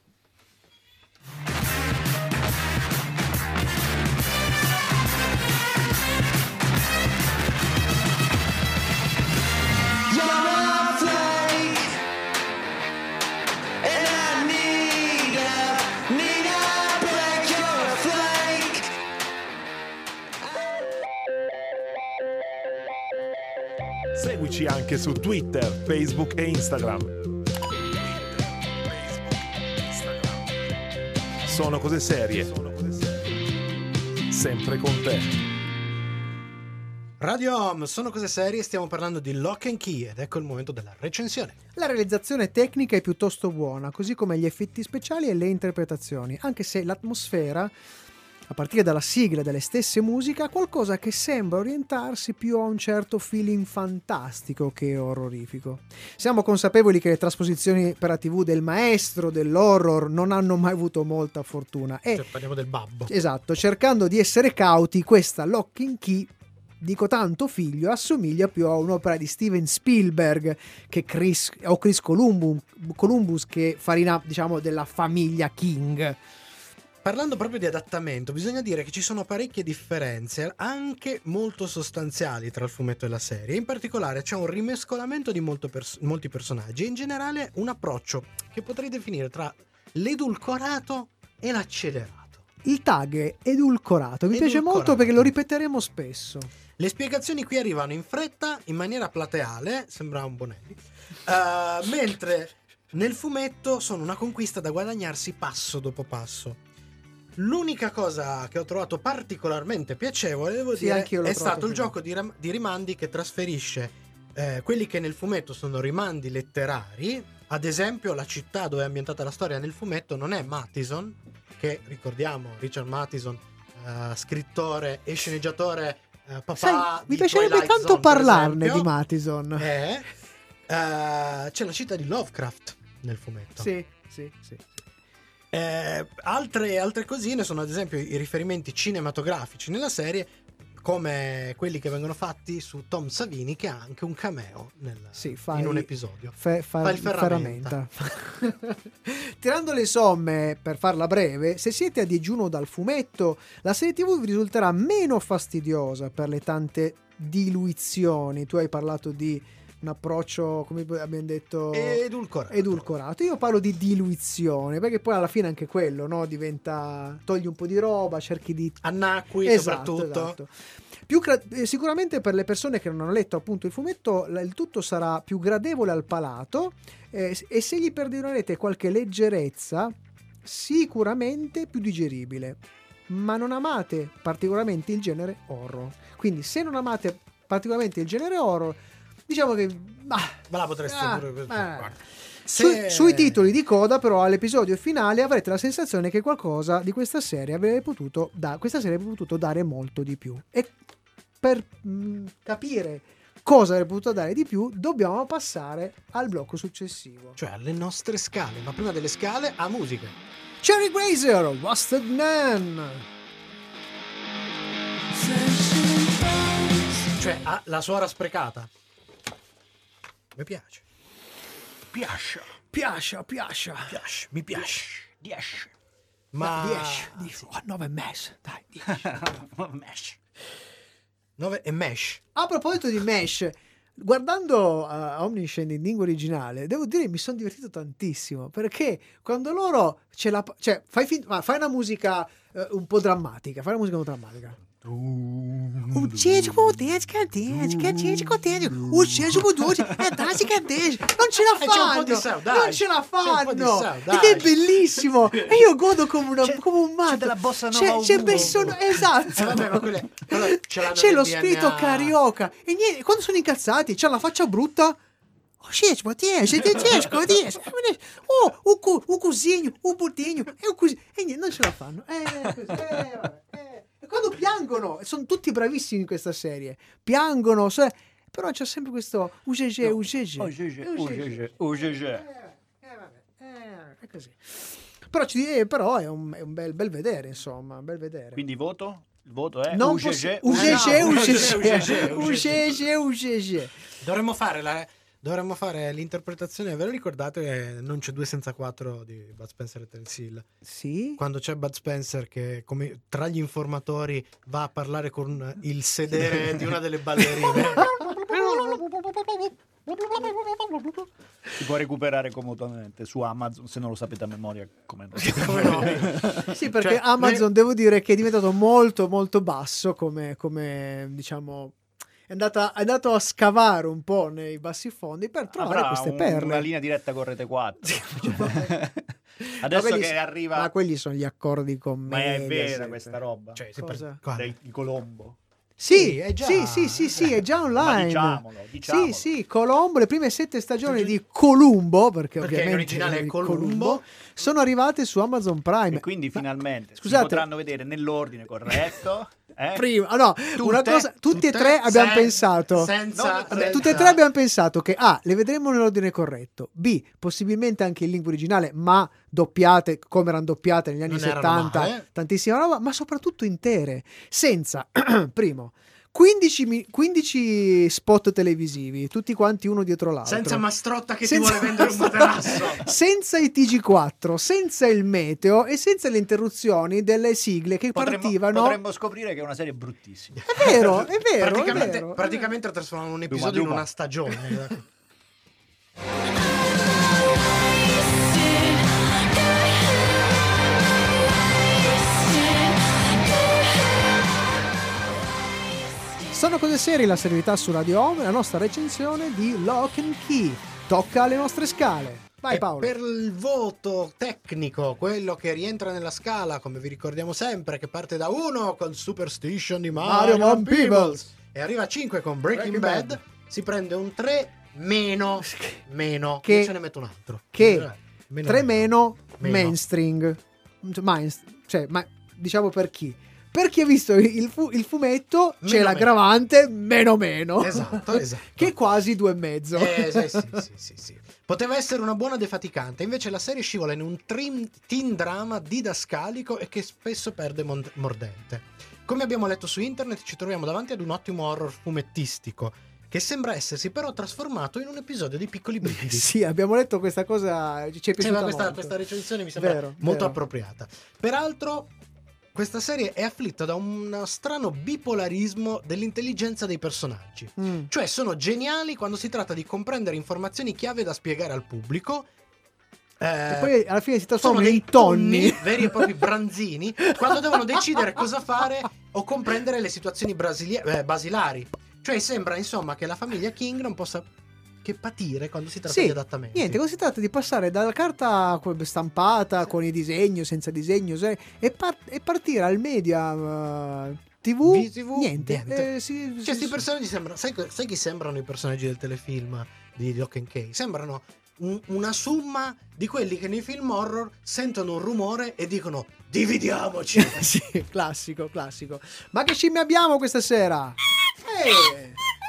Seguici anche su Twitter, Facebook e Instagram. Sono cose serie. Sempre con te. Radio Home, sono cose serie, stiamo parlando di Lock and Key ed ecco il momento della recensione. La realizzazione tecnica è piuttosto buona, così come gli effetti speciali e le interpretazioni, anche se l'atmosfera, a partire dalla sigla delle stesse musiche, ha qualcosa che sembra orientarsi più a un certo feeling fantastico che orrorifico. Siamo consapevoli che le trasposizioni per la TV del maestro dell'horror non hanno mai avuto molta fortuna e Cioè, parliamo del babbo. Esatto, cercando di essere cauti, questa Lock in Key, dico tanto figlio, assomiglia più a un'opera di Steven Spielberg che Chris, o Chris Columbus, Columbus che farina, diciamo, della famiglia King. Parlando proprio di adattamento, bisogna dire che ci sono parecchie differenze, anche molto sostanziali, tra il fumetto e la serie. In particolare c'è un rimescolamento di molto pers- molti personaggi e in generale un approccio che potrei definire tra l'edulcorato e l'accelerato. Il tag è edulcorato, mi piace Edulcorato. molto perché lo ripeteremo spesso. Le spiegazioni qui arrivano in fretta, in maniera plateale, sembra un Bonelli, eh, mentre nel fumetto sono una conquista da guadagnarsi passo dopo passo. L'unica cosa che ho trovato particolarmente piacevole, devo Sì, dire, anch'io l'ho è trovato stato il gioco piacevole. di, ram- di rimandi che trasferisce eh, quelli che nel fumetto sono rimandi letterari. Ad esempio, la città dove è ambientata la storia nel fumetto non è Mattison, che ricordiamo, Richard Mattison, eh, scrittore e sceneggiatore eh, papà Sai, mi di piacerebbe Twilight tanto Zone, per parlarne esempio, di Mattison. è, eh, c'è la città di Lovecraft nel fumetto. Sì, sì, sì. Eh, altre, altre cosine sono ad esempio i riferimenti cinematografici nella serie, come quelli che vengono fatti su Tom Savini, che ha anche un cameo nel- Sì, fa in un i- episodio. Fe- fa- Fa il ferramenta. ferramenta. Tirando le somme, per farla breve, se siete a digiuno dal fumetto, la serie TV vi risulterà meno fastidiosa per le tante diluizioni. Tu hai parlato di un approccio, come abbiamo detto, Edulcorato. edulcorato. Io parlo di diluizione, perché poi alla fine anche quello, no? Diventa... togli un po' di roba, cerchi di Annacqui soprattutto. esatto. Più gra- eh, sicuramente per le persone che non hanno letto appunto il fumetto, la- il tutto sarà più gradevole al palato eh, s- e se gli perdonerete qualche leggerezza, sicuramente più digeribile. Ma non amate particolarmente il genere horror. Quindi se non amate particolarmente il genere horror, diciamo che... bah, Ma la potreste Ah, pure ah. guarda. su- Se- sui titoli di coda, però, all'episodio finale avrete la sensazione che qualcosa di questa serie avrebbe potuto, da- questa serie avrebbe potuto dare molto di più. E per mh, capire cosa avrebbe potuto dare di più, dobbiamo passare al blocco successivo. Cioè alle nostre scale, ma prima delle scale a musica. Cherry Grazer, Wasted Man. Cioè a- la suora sprecata. Mi piace. Piascia, Piascia, piascia. piace, mi piace. diesce. Ma 10, 10, 9 Ah, e mezzo, dai. Mesh. 9 e mesh. A proposito di Mesh, guardando eh, Omniscient in lingua originale, devo dire mi sono divertito tantissimo perché quando loro ce la. cioè, fai, fin- ma fai una musica eh, un po' drammatica, fare musica un po' drammatica. Un cieco con denti, che denti, che cieco con denti, un cieco con denti, e dai che denti, non ce la Eh, c'è un fanno, po' di sal, dai. non ce la C'è un po' di fanno, sal, ed dai. è bellissimo, e io godo come, una, C'è- come un matto, c'è della bossa nova c'è, c'è ovunque. Besson- esatto, Eh, vabbè, ma quelle- però ce l'hanno c'è nel lo DNA. spirito carioca, e niente, quando sono incazzati, c'ha la faccia brutta, Oh, gente, ma tieni, ti tieni, come dici? Oh, o, cu, o cozinho, o budinho, e o cozinho. E niente, non ce la fanno. Eh, così, eh, vabbè, eh. E quando piangono, sono tutti bravissimi in questa serie. Piangono, so- però c'è sempre questo UGG, UGG. UGG, UGG, UGG. Eh, vabbè, eh, è così. Però, ci- eh, però è un, è un bel, bel vedere, insomma, un bel vedere. Quindi voto? Il voto è non UGG. possi- Eh, UGG, no, UGG, UGG, UGG. UGG, UGG. Dovremmo fare, la- dovremmo fare l'interpretazione, ve lo ricordate? eh, Non c'è due senza quattro di Bud Spencer e Terence Hill. Sì. Quando c'è Bud Spencer che come, tra gli informatori va a parlare con il sedere di una delle ballerine. Si può recuperare comodamente su Amazon se non lo sapete a memoria come noi. Come noi. Sì, perché Cioè, Amazon noi- devo dire che è diventato molto molto basso come, come, diciamo è, andata, è andato a scavare un po' nei bassi fondi per trovare Avrà queste un- una perle. linea diretta con Rete 4. Ma Adesso quelli che so- arriva... Ma quelli sono gli accordi con eh. me. Ma è vera questa roba. Cioè, se Cosa? guarda, Del- di Colombo. Sì, Sì, è già- sì, sì, sì, sì, è già online. Ma diciamo, diciamolo, diciamolo. Sì, sì, Colombo, le prime sette stagioni di Columbo, perché, Perché in ovviamente originale è di Columbo. sono arrivate su Amazon Prime. E quindi Ma- finalmente si scusate. potranno vedere nell'ordine corretto. eh? Prima, ah, no, una cosa, tutti tutte e tre abbiamo sen- pensato. Senza, cioè, No, no, senza- Tutte e tre abbiamo pensato che A, le vedremo nell'ordine corretto, B, possibilmente anche in lingua originale, ma doppiate come erano doppiate negli anni Non erano 70, male. tantissima roba, ma soprattutto intere, senza, primo, 15, mi- 15 spot televisivi, tutti quanti uno dietro l'altro. senza Mastrotta che Senza- ti vuole vendere un materasso. senza i TG4, senza il meteo e senza le interruzioni delle sigle che Potremmo, partivano. potremmo scoprire che è una serie bruttissima. È vero, è vero. praticamente, è vero. praticamente trasformano un episodio Duma, in una Duma. stagione. Esatto. Sono cose serie la serietà su Radio Home e la nostra recensione di Lock and Key. Tocca alle nostre scale. Vai E Paolo. Eh, Per il voto tecnico, quello che rientra nella scala, come vi ricordiamo sempre, che parte da 1 con Superstition di Mario, Mario Van Van Peebles Peebles. e arriva a 5 con Breaking, Breaking Bad, Bad. si prende un 3 meno, meno, Che- io ce ne metto un altro. che Meno 3 meno. meno, Meno. mainstring. Cioè, main- cioè, ma diciamo per chi? Per chi ha visto il, fu- il fumetto c'è Meno l'aggravante meno meno. Esatto, esatto. che è quasi due e mezzo. Eh, sì, Esatto. sì, sì, sì, sì. Poteva essere una buona defaticante, invece la serie scivola in un trim, teen drama didascalico e che spesso perde mon- mordente. Come abbiamo letto su internet, ci troviamo davanti ad un ottimo horror fumettistico, che sembra essersi però trasformato in un episodio di piccoli brividi. sì, abbiamo letto questa cosa. Ci è Sì, piaciuta ma questa, molto. questa recensione mi sembra Vero, molto vero. appropriata. Peraltro, questa serie è afflitta da un strano bipolarismo dell'intelligenza dei personaggi. Mm. Cioè sono geniali quando si tratta di comprendere informazioni chiave da spiegare al pubblico. Eh, E poi alla fine si sono trasformano dei in tonni. tonni, veri e propri branzini, quando devono decidere cosa fare o comprendere le situazioni brasilia- eh, basilari. Cioè sembra insomma che la famiglia King non possa che patire quando si tratta Sì, di adattamenti. Niente, cosa si tratta di passare dalla carta que- stampata con i disegni, senza disegno, se- e, par- e partire al media eh, TV, VTV, niente. niente. Eh, si- si- Cioè, sti si- personaggi sembrano. Sai, co- sai chi sembrano i personaggi del telefilm di Lock and Key? Sembrano un- una somma di quelli che nei film horror sentono un rumore e dicono: Dividiamoci! Eh, sì, classico, classico. Ma che scimmia abbiamo questa sera? Eh,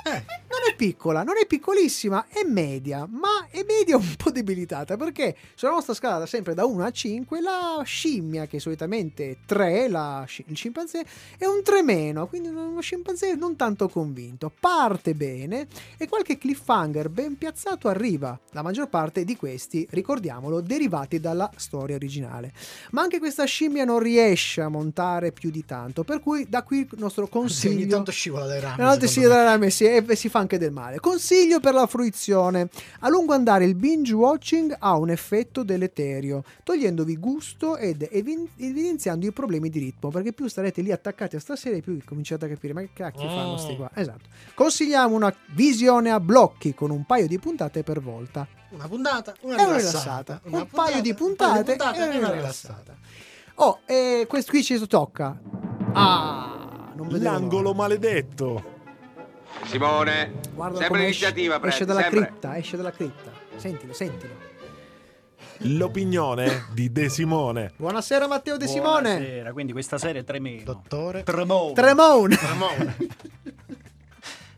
eh, non è piccola, non è piccolissima, è media, ma è media un po' debilitata perché sulla nostra scala da sempre da 1 a 5 la scimmia, che solitamente è 3, la sci- il scimpanzé, è un 3 meno, quindi uno scimpanzé non tanto convinto. Parte bene e qualche cliffhanger ben piazzato arriva, la maggior parte di questi, ricordiamolo, derivati dalla storia originale ma anche questa scimmia non riesce a montare più di tanto. Per cui da qui il nostro Anzi, ogni consiglio. tanto scivola dai rami. Una volta si, Ah, secondo me. rame, si, e si fa anche del male. Consiglio per la fruizione. A lungo andare il binge watching ha un effetto deleterio, togliendovi gusto ed evin- evidenziando i problemi di ritmo, perché più starete lì attaccati a sta serie, più cominciate a capire ma che cacchio fanno sti qua. Esatto. Consigliamo una visione a blocchi con un paio di puntate per volta. Una puntata, una È una rilassata. rilassata. Una un paio di puntata, puntate, un paio di e una rilassata. Oh, e questo qui ci tocca. Ah, non vedevo L'angolo l'ora. maledetto. Simone, Guarda sempre come l'iniziativa, esce, esce prendi, dalla sempre. cripta, esce dalla cripta. Sentilo, sentilo. L'opinione di De Simone. Buonasera Matteo De Simone. Buonasera, Quindi questa serie è tre meno. Dottore. Tremone. Tremone.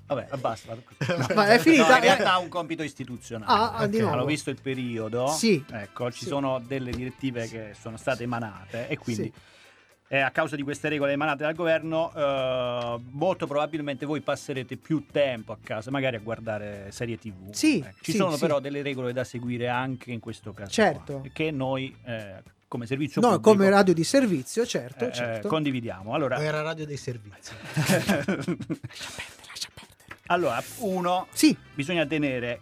Vabbè, basta. Ma è finita? No, in realtà ha un compito istituzionale. Ah, ah, di Ok. nuovo. Hanno visto il periodo. Sì. Ecco, ci Sì. sono delle direttive che sono state emanate e quindi Sì. eh, a causa di queste regole emanate dal governo eh, molto probabilmente voi passerete più tempo a casa, magari a guardare serie TV. Sì, Ecco. Ci sì, sono sì. però delle regole da seguire anche in questo caso. Certo. qua, che noi eh, come servizio No, pubblico, come radio di servizio, certo, eh, certo. condividiamo. Allora, O era radio dei servizi. allora, uno, Sì, bisogna tenere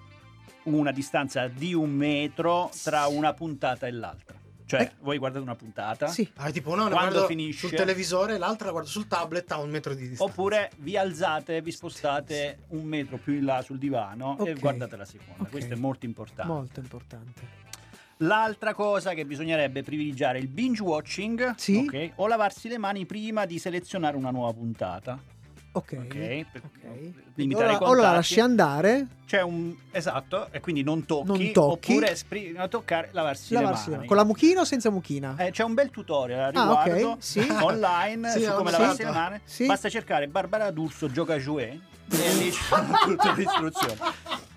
una distanza di un metro tra una puntata e l'altra. Cioè, Eh. voi guardate una puntata, sì. Ah, tipo, no, ne Quando guardo finisce? sul televisore, l'altra la guardo sul tablet a un metro di distanza. oppure vi alzate, vi spostate un metro più in là sul divano e Ok. guardate la seconda. Ok. Questo è molto importante. Molto importante. L'altra cosa che bisognerebbe privilegiare è il binge watching Sì. ok, o lavarsi le mani prima di selezionare una nuova puntata. Ok. Ok, per- ok. limitare Ora- i ora la contatti. lasci andare. C'è un esatto, e quindi non tocchi, Non tocchi. oppure prima di toccare lavarsi, lavarsi le le mani. Con la mucchina o senza mucchina? Eh, c'è un bel tutorial a Ah, ok, riguardo sì. online Sì, su ho come visto. lavarsi le mani. Sì. Basta cercare Barbara D'Urso gioca Jouet e lì ci sono tutte le istruzioni.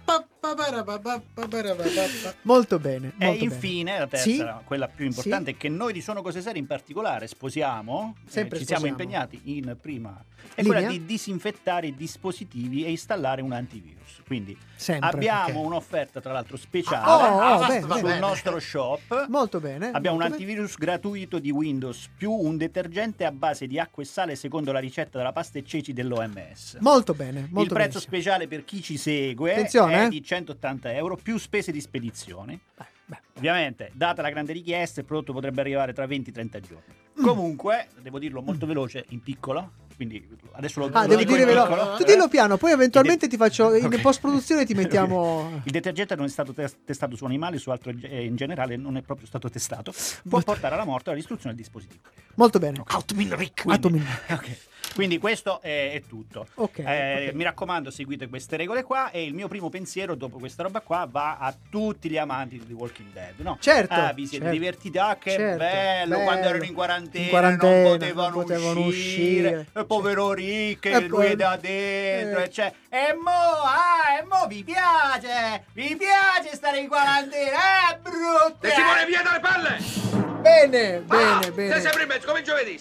Pa- pa- para- pa- pa- pa- para- pa- pa- pa. Molto bene. E molto Eh, infine la terza, quella più importante, è che noi di Sono Cose Serie in particolare sposiamo, eh, Sempre ci siamo sposiamo. impegnati in prima, è Linea? quella di disinfettare i dispositivi e installare un antivirus. Quindi bene. Sempre. abbiamo ok. un'offerta tra l'altro speciale Oh, oh, Ah, bene, va sul bene. bene. nostro shop. Molto bene. Abbiamo un molto bene. antivirus gratuito di Windows più un detergente a base di acqua e sale secondo la ricetta della pasta e ceci dell'OMS. Molto bene. Molto Il prezzo benissimo. speciale per chi ci segue Attenzione, è eh. di 180 euro più spese di spedizione. Beh, beh. Ovviamente, data la grande richiesta, il prodotto potrebbe arrivare tra 20 e 30 giorni. Comunque, devo dirlo molto veloce, in piccolo. Quindi adesso lo Ah, lo devi dico in dire veloce. piccolo. Tu dillo piano, poi eventualmente Il de- ti faccio in Ok. post-produzione ti mettiamo Il detergente non è stato tes- testato su animali, su altro eh, in generale non è proprio stato testato. Può portare alla morte o alla distruzione del dispositivo. Molto bene. Quindi, Outmin. ok. Quindi questo è, è tutto. Ok, Eh, ok. Mi raccomando, seguite queste regole qua. E il mio primo pensiero dopo questa roba qua va a tutti gli amanti di The Walking Dead. No? Certo, Ah, vi siete certo. divertiti? Ah, che Certo, bello, Quando bello. erano in quarantena, In quarantena, non potevano, non potevano uscire. uscire. Certo. E povero Rick, E lui è poi- da dentro. eh. E, c'è, e mo, ah, e mo vi piace, vi piace stare in quarantena? È brutto! De Simone, via dalle palle! Bene, Ah, bene, Sei bene. sempre in mezzo, come il giovedì.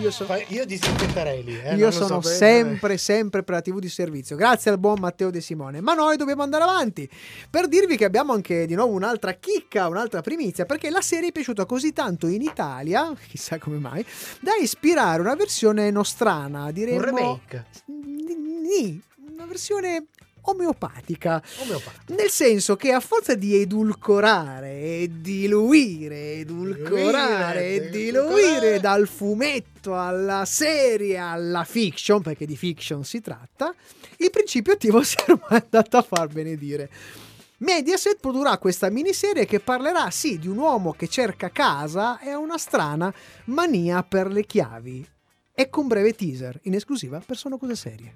Io sono Eh, Fai- Io disinfetterei lì. eh, non Io lo sono so, per- sempre, sempre per la TV di servizio. Grazie al buon Matteo De Simone. Ma noi dobbiamo andare avanti per dirvi che abbiamo anche di nuovo un'altra chicca, un'altra primizia, perché la serie è piaciuta così tanto in Italia, chissà come mai, da ispirare una versione nostrana, diremmo. Un remake. Nì, una versione omeopatica. Omeopatico. Nel senso che a forza di edulcorare e diluire, edulcorare Diluire, e diluire edulcorare. dal fumetto alla serie alla fiction, perché di fiction si tratta, il principio attivo si è ormai andato a far benedire. Mediaset produrrà questa miniserie che parlerà sì di un uomo che cerca casa e ha una strana mania per le chiavi. E con breve teaser, in esclusiva per Sono Cose Serie.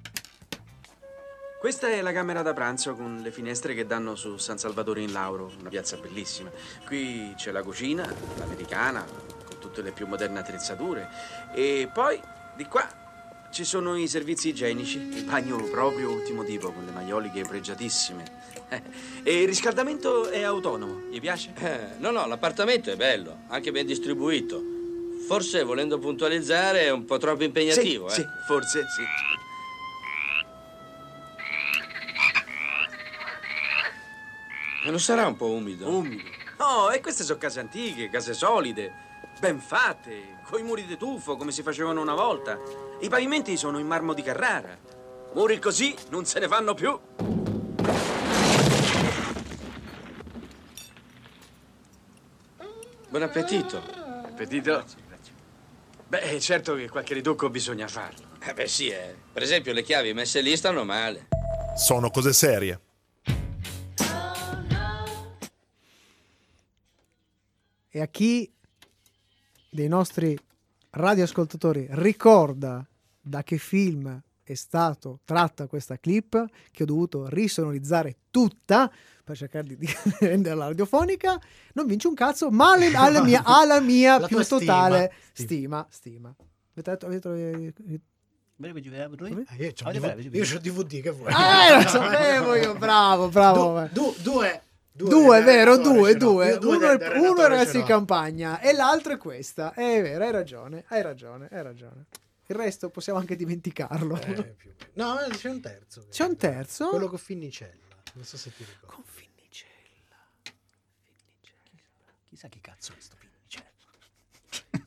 Questa è la camera da pranzo con le finestre che danno su San Salvatore in Lauro, una piazza bellissima. Qui c'è la cucina, l'americana, con tutte le più moderne attrezzature. E poi, di qua, ci sono i servizi igienici, il bagno proprio ultimo tipo, con le maioliche pregiatissime. Eh, E il riscaldamento è autonomo, gli piace? Eh, No, no, l'appartamento è bello, anche ben distribuito. Forse volendo puntualizzare è un po' troppo impegnativo, sì, eh. sì, forse sì. Non sarà un po' umido. Umido. No, e queste sono case antiche, case solide, ben fatte, coi muri di tufo come si facevano una volta. I pavimenti sono in marmo di Carrara. Muri così non se ne vanno più. Buon appetito. Appetito? Beh, certo che qualche riducco bisogna farlo. Eh beh sì, eh. Per esempio le chiavi messe lì stanno male. Sono cose serie. E a chi dei nostri radioascoltatori ricorda da che film è stato tratta questa clip, che ho dovuto risonorizzare tutta per cercare di, di renderla radiofonica, non vince un cazzo, ma alle- alla mia, alla mia La più tua stima. totale Sì. stima. stima. Avete detto- avete- Breve, breve, breve. Ah, io ho Ah, DVD, vabbè, io vabbè. c'ho DVD che vuoi. Eh, lo sapevo io, bravo, bravo. eh. Du- du- due. Due, del vero, redattore due, ce l'ho. due. Io due Uno, del- è, del uno è redattore Ragazzi ce in l'ho. campagna e l'altro è questa. Eh, È vero, hai ragione, hai ragione, hai ragione. Il resto possiamo anche dimenticarlo. Eh, più o meno. No, c'è un terzo. C'è un terzo? Quello con Finnicella. Non so se ti ricordi. Con Finnicella. Chissà chi cazzo è sto cioè. Finnicella.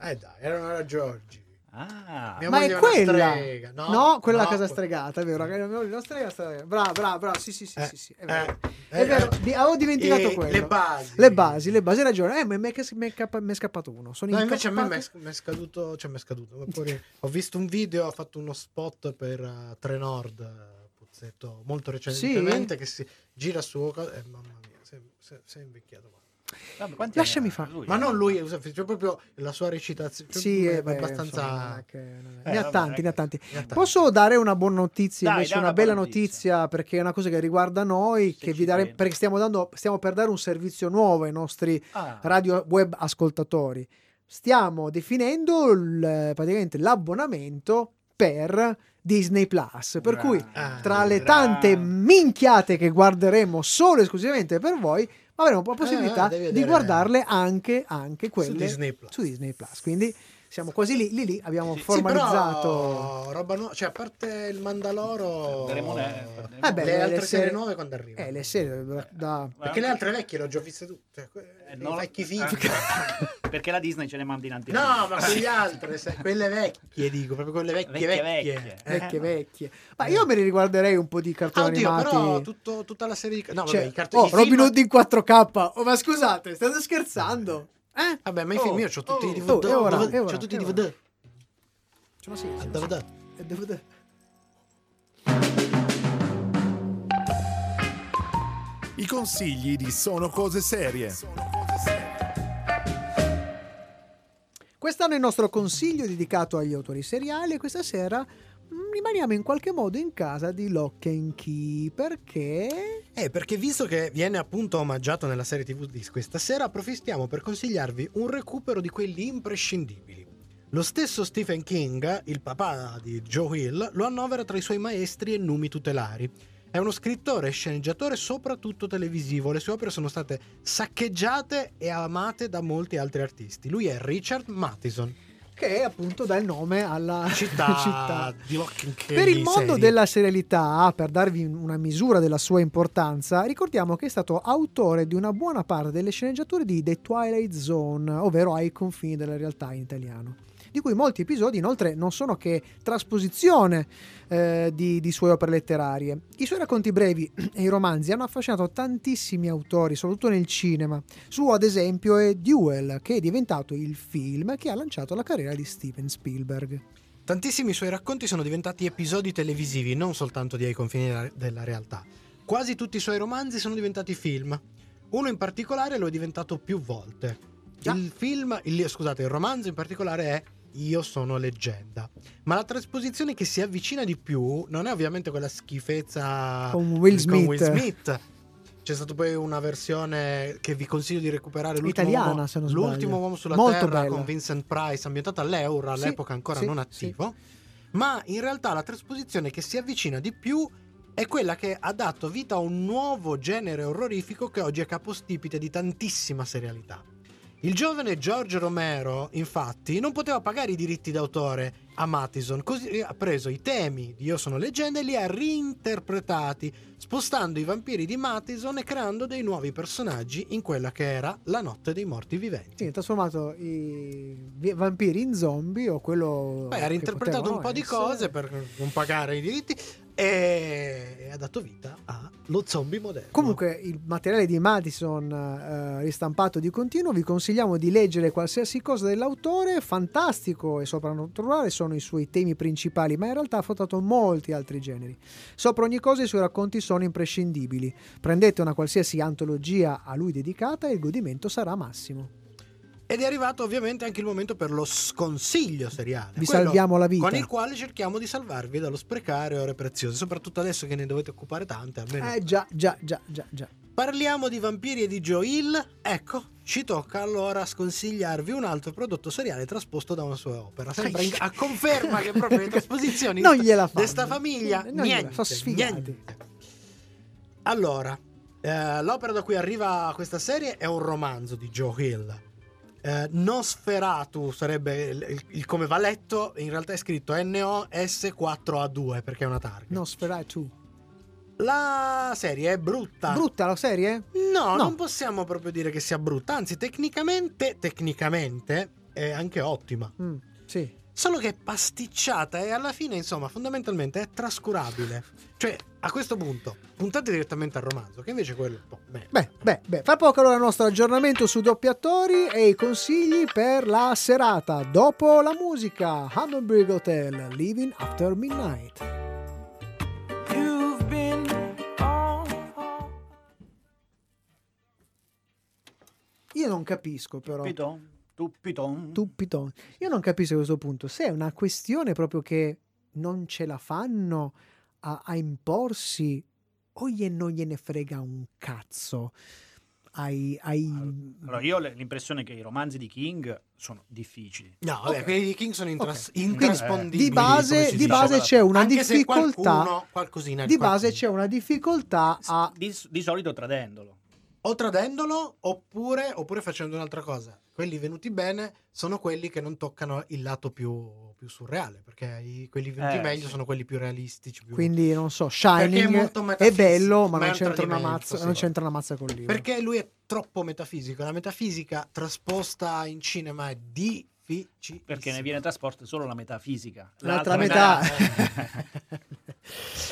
Eh dai, era una Giorgi. Ah, Mia Ma moglie è una quella? strega. No, quella casa stregata, è vero? La casa stregata. Brava, brava, brava. Sì, sì, sì, Eh, sì, sì, è vero. eh, È eh, vero, eh. di- avevo dimenticato E quello. le basi. Le basi, le basi, hai ragione. Eh, ma mi è, che- mi è cappa- mi è scappato uno. Sono No, invece a me mi è incappato- sc- mi è scaduto, cioè mi è scaduto. ma pure- ho visto un video, ha fatto uno spot per eh, Trenord, eh, Puzzetto, molto recentemente, che si gira su... Eh, mamma mia, sei, sei- sei invecchiato. guarda. vabbè, quanti Lasciami anni ha? fare. Lui, Ma eh? non lui, cioè, cioè, proprio la sua recitazione. cioè, Sì, è eh, beh, abbastanza... insomma, non è che- non è- Eh, ne ha vabbè, tanti, dai. ne ha tanti. in realtà- Posso dare una buona notizia, Dai, invece dai una, una bella buona notizia, notizia. perché è una cosa che riguarda noi, Se che ci vi dare, credi. perché stiamo, dando, stiamo per dare un servizio nuovo ai nostri Ah, radio web ascoltatori. Stiamo definendo il- praticamente l'abbonamento per Disney Plus, per cui Ah, bravo, tra le bravo. tante minchiate che guarderemo solo e esclusivamente per voi, avremo la possibilità Eh, devi di vedere- guardarle anche, anche quelle Disney Plus. su Disney Plus. Quindi siamo quasi lì, lì, lì abbiamo Sì, formalizzato. però, roba nuova, cioè a parte il Mandaloro, Perderemo ne- perderemo- Eh beh, le, altre serie nuove quando arrivano? Eh, le serie da- da- Perché le altre vecchie le ho già viste tutte. Eh, non la- vecchi figli. Eh, Perché la Disney ce le manda in anteprima. No, ma quelle altre, se- quelle vecchie, dico, proprio quelle vecchie Vecchie, vecchie. vecchie. Eh. vecchie vecchie. Ma io me li riguarderei un po' di Ah, cartoni oddio, animati. però tutto- tutta la serie di... No, Cioè, vabbè, i cartoni... oh, i film- Robin Hood in 4K. Oh, ma scusate, state scherzando? Eh? Vabbè, ma i film Oh, io ho tutti oh, i DVD. oh, e ora, e ora, c'ho tutti e i ora. DVD. C'è una sigla, c'è una Ah, DVD. sigla. Eh, devo vedere. I consigli di Sono cose serie. Quest'anno è il nostro consiglio dedicato agli autori seriali e questa sera mm, rimaniamo in qualche modo in casa di Lock and Key perché... Eh, perché visto che viene appunto omaggiato nella serie TV di questa sera, approfittiamo per consigliarvi un recupero di quelli imprescindibili. Lo stesso Stephen King, il papà di Joe Hill, lo annovera tra i suoi maestri e numi tutelari. È uno scrittore e sceneggiatore soprattutto televisivo, le sue opere sono state saccheggiate e amate da molti altri artisti. Lui è Richard Matheson, che appunto dà il nome alla città, città. di Lock and Key. Per il mondo serie. della serialità, per darvi una misura della sua importanza, ricordiamo che è stato autore di una buona parte delle sceneggiature di The Twilight Zone, ovvero Ai confini della realtà in italiano, di cui molti episodi inoltre non sono che trasposizione eh, di, di sue opere letterarie. I suoi racconti brevi e i romanzi hanno affascinato tantissimi autori, soprattutto nel cinema. Suo ad esempio è Duel, che è diventato il film che ha lanciato la carriera di Steven Spielberg. Tantissimi suoi racconti sono diventati episodi televisivi, non soltanto di ai confini della- della realtà. Quasi tutti i suoi romanzi sono diventati film. Uno in particolare lo è diventato più volte. Già. Il film, il- scusate, il romanzo in particolare è Io sono leggenda. Ma la trasposizione che si avvicina di più non è ovviamente quella schifezza Con Will Smith. Ah, Will Smith. C'è stata poi una versione che vi consiglio di recuperare l'ultimo Italiana, uomo, se non sbaglio. l'ultimo uomo sulla Molto terra bella. con Vincent Price, ambientata all'Euro, Sì, all'epoca ancora sì, non sì. attivo. Ma in realtà la trasposizione che si avvicina di più è quella che ha dato vita a un nuovo genere orrorifico che oggi è capostipite di tantissima serialità. Il giovane George Romero, infatti, non poteva pagare i diritti d'autore a Mattison, così eh, ha preso i temi di Io sono leggenda e li ha reinterpretati, spostando i vampiri di Mattison e creando dei nuovi personaggi in quella che era la notte dei morti viventi. Sì, ha trasformato i vi- vampiri in zombie o quello. Beh, ha che reinterpretato potevano un po' di essere. cose per non pagare i diritti. e e ha dato vita a Lo zombie moderno. Comunque il materiale di Madison eh, ristampato di continuo, vi consigliamo di leggere qualsiasi cosa dell'autore, fantastico e soprannaturale sono i suoi temi principali, ma in realtà ha affrontato molti altri generi. Sopra ogni cosa i suoi racconti sono imprescindibili. Prendete una qualsiasi antologia a lui dedicata e il godimento sarà massimo. Ed è arrivato ovviamente anche il momento per lo sconsiglio seriale. Vi quello salviamo la vita. Con il quale cerchiamo di salvarvi dallo sprecare ore preziose, soprattutto adesso che ne dovete occupare tante, almeno. Eh già, già, già, già, già. Parliamo di vampiri e di Joel. Ecco, ci tocca allora sconsigliarvi un altro prodotto seriale trasposto da una sua opera. Sempre in- a conferma che proprio le trasposizioni Non gliela fanno. di sta famiglia Non gliela- niente, sono sfigati. niente. Allora, eh, l'opera da cui arriva questa serie è un romanzo di Joe Hill. Eh, Nosferatu sarebbe il, il- il come va letto, in realtà è scritto NOS4A2 perché è una targa. No, sperai tu. La serie è brutta. Brutta la serie? No, No. non possiamo proprio dire che sia brutta, anzi tecnicamente, tecnicamente è anche ottima. Mm, sì. Solo che è pasticciata e alla fine, insomma, fondamentalmente è trascurabile. Cioè, a questo punto, puntate direttamente al romanzo, che invece quello è un po' meglio. Beh, beh, beh, fra poco allora il nostro aggiornamento su doppiatori e i consigli per la serata dopo la musica Hummingbird Hotel Living After Midnight. Io non capisco però. Piton, tu piton. Tuppito. Io non capisco a questo punto se è una questione proprio che non ce la fanno a, a imporsi o glie- non gliene frega un cazzo ai... ai- Allora, io ho le- l'impressione che i romanzi di King sono difficili. No, vabbè, Ok. quelli di King sono intras- Ok. Quindi, intraspondibili. di base, come si di dice. base c'è una Anche se difficoltà... qualcuno- qualcosina, Di base qualcosina. c'è una difficoltà a... Di, di solito tradendolo. o tradendolo oppure, oppure facendo un'altra cosa. Quelli venuti bene sono quelli che non toccano il lato più, più surreale, perché i- quelli venuti Eh, meglio sì. sono quelli più realistici. Più... Quindi, non so, Perché è Shining molto è, metafisico, bello, ma ma, è non, un c'entra una tradimento, mazza, sì. non c'entra una mazza col libro. Perché lui è troppo metafisico. La metafisica trasposta in cinema è difficile. Perché ne viene trasporta solo la metafisica. L'altra metà. eh.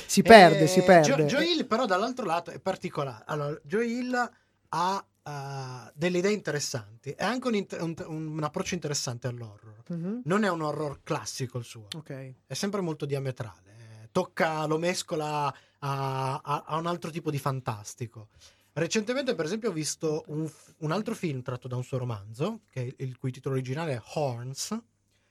Si perde, Eh, si perde. Joel, però, dall'altro lato è particolare. Allora, Joel ha eh, delle idee interessanti. È anche un, int- un- un approccio interessante all'horror. Mhm, Non è un horror classico il suo. Ok. è sempre molto diametrale. eh, Tocca, lo mescola a, a- a un altro tipo di fantastico. Recentemente, per esempio, ho visto un, f- un altro film tratto da un suo romanzo, che è- il cui titolo originale è Horns.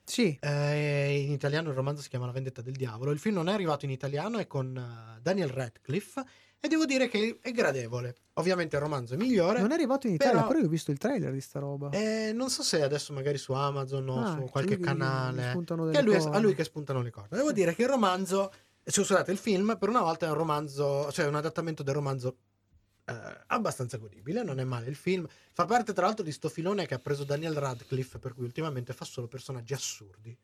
Sì, eh, in italiano il romanzo si chiama La vendetta del diavolo. Il film non è arrivato in italiano, è con eh, Daniel Radcliffe. E devo dire che è gradevole. Ovviamente il romanzo è migliore. non è arrivato in Italia, però- però, io ho visto il trailer di sta roba. Eh, non so se adesso magari su Amazon o Ah, su che qualche lui che- gli canale. spuntano Che a delle lui, cose. a lui che spuntano le corde. Devo dire che il romanzo, se scusate, il film per una volta è un romanzo, cioè un adattamento del romanzo eh, abbastanza godibile, non è male il film. Fa parte tra l'altro di sto filone che ha preso Daniel Radcliffe, per cui ultimamente fa solo personaggi assurdi.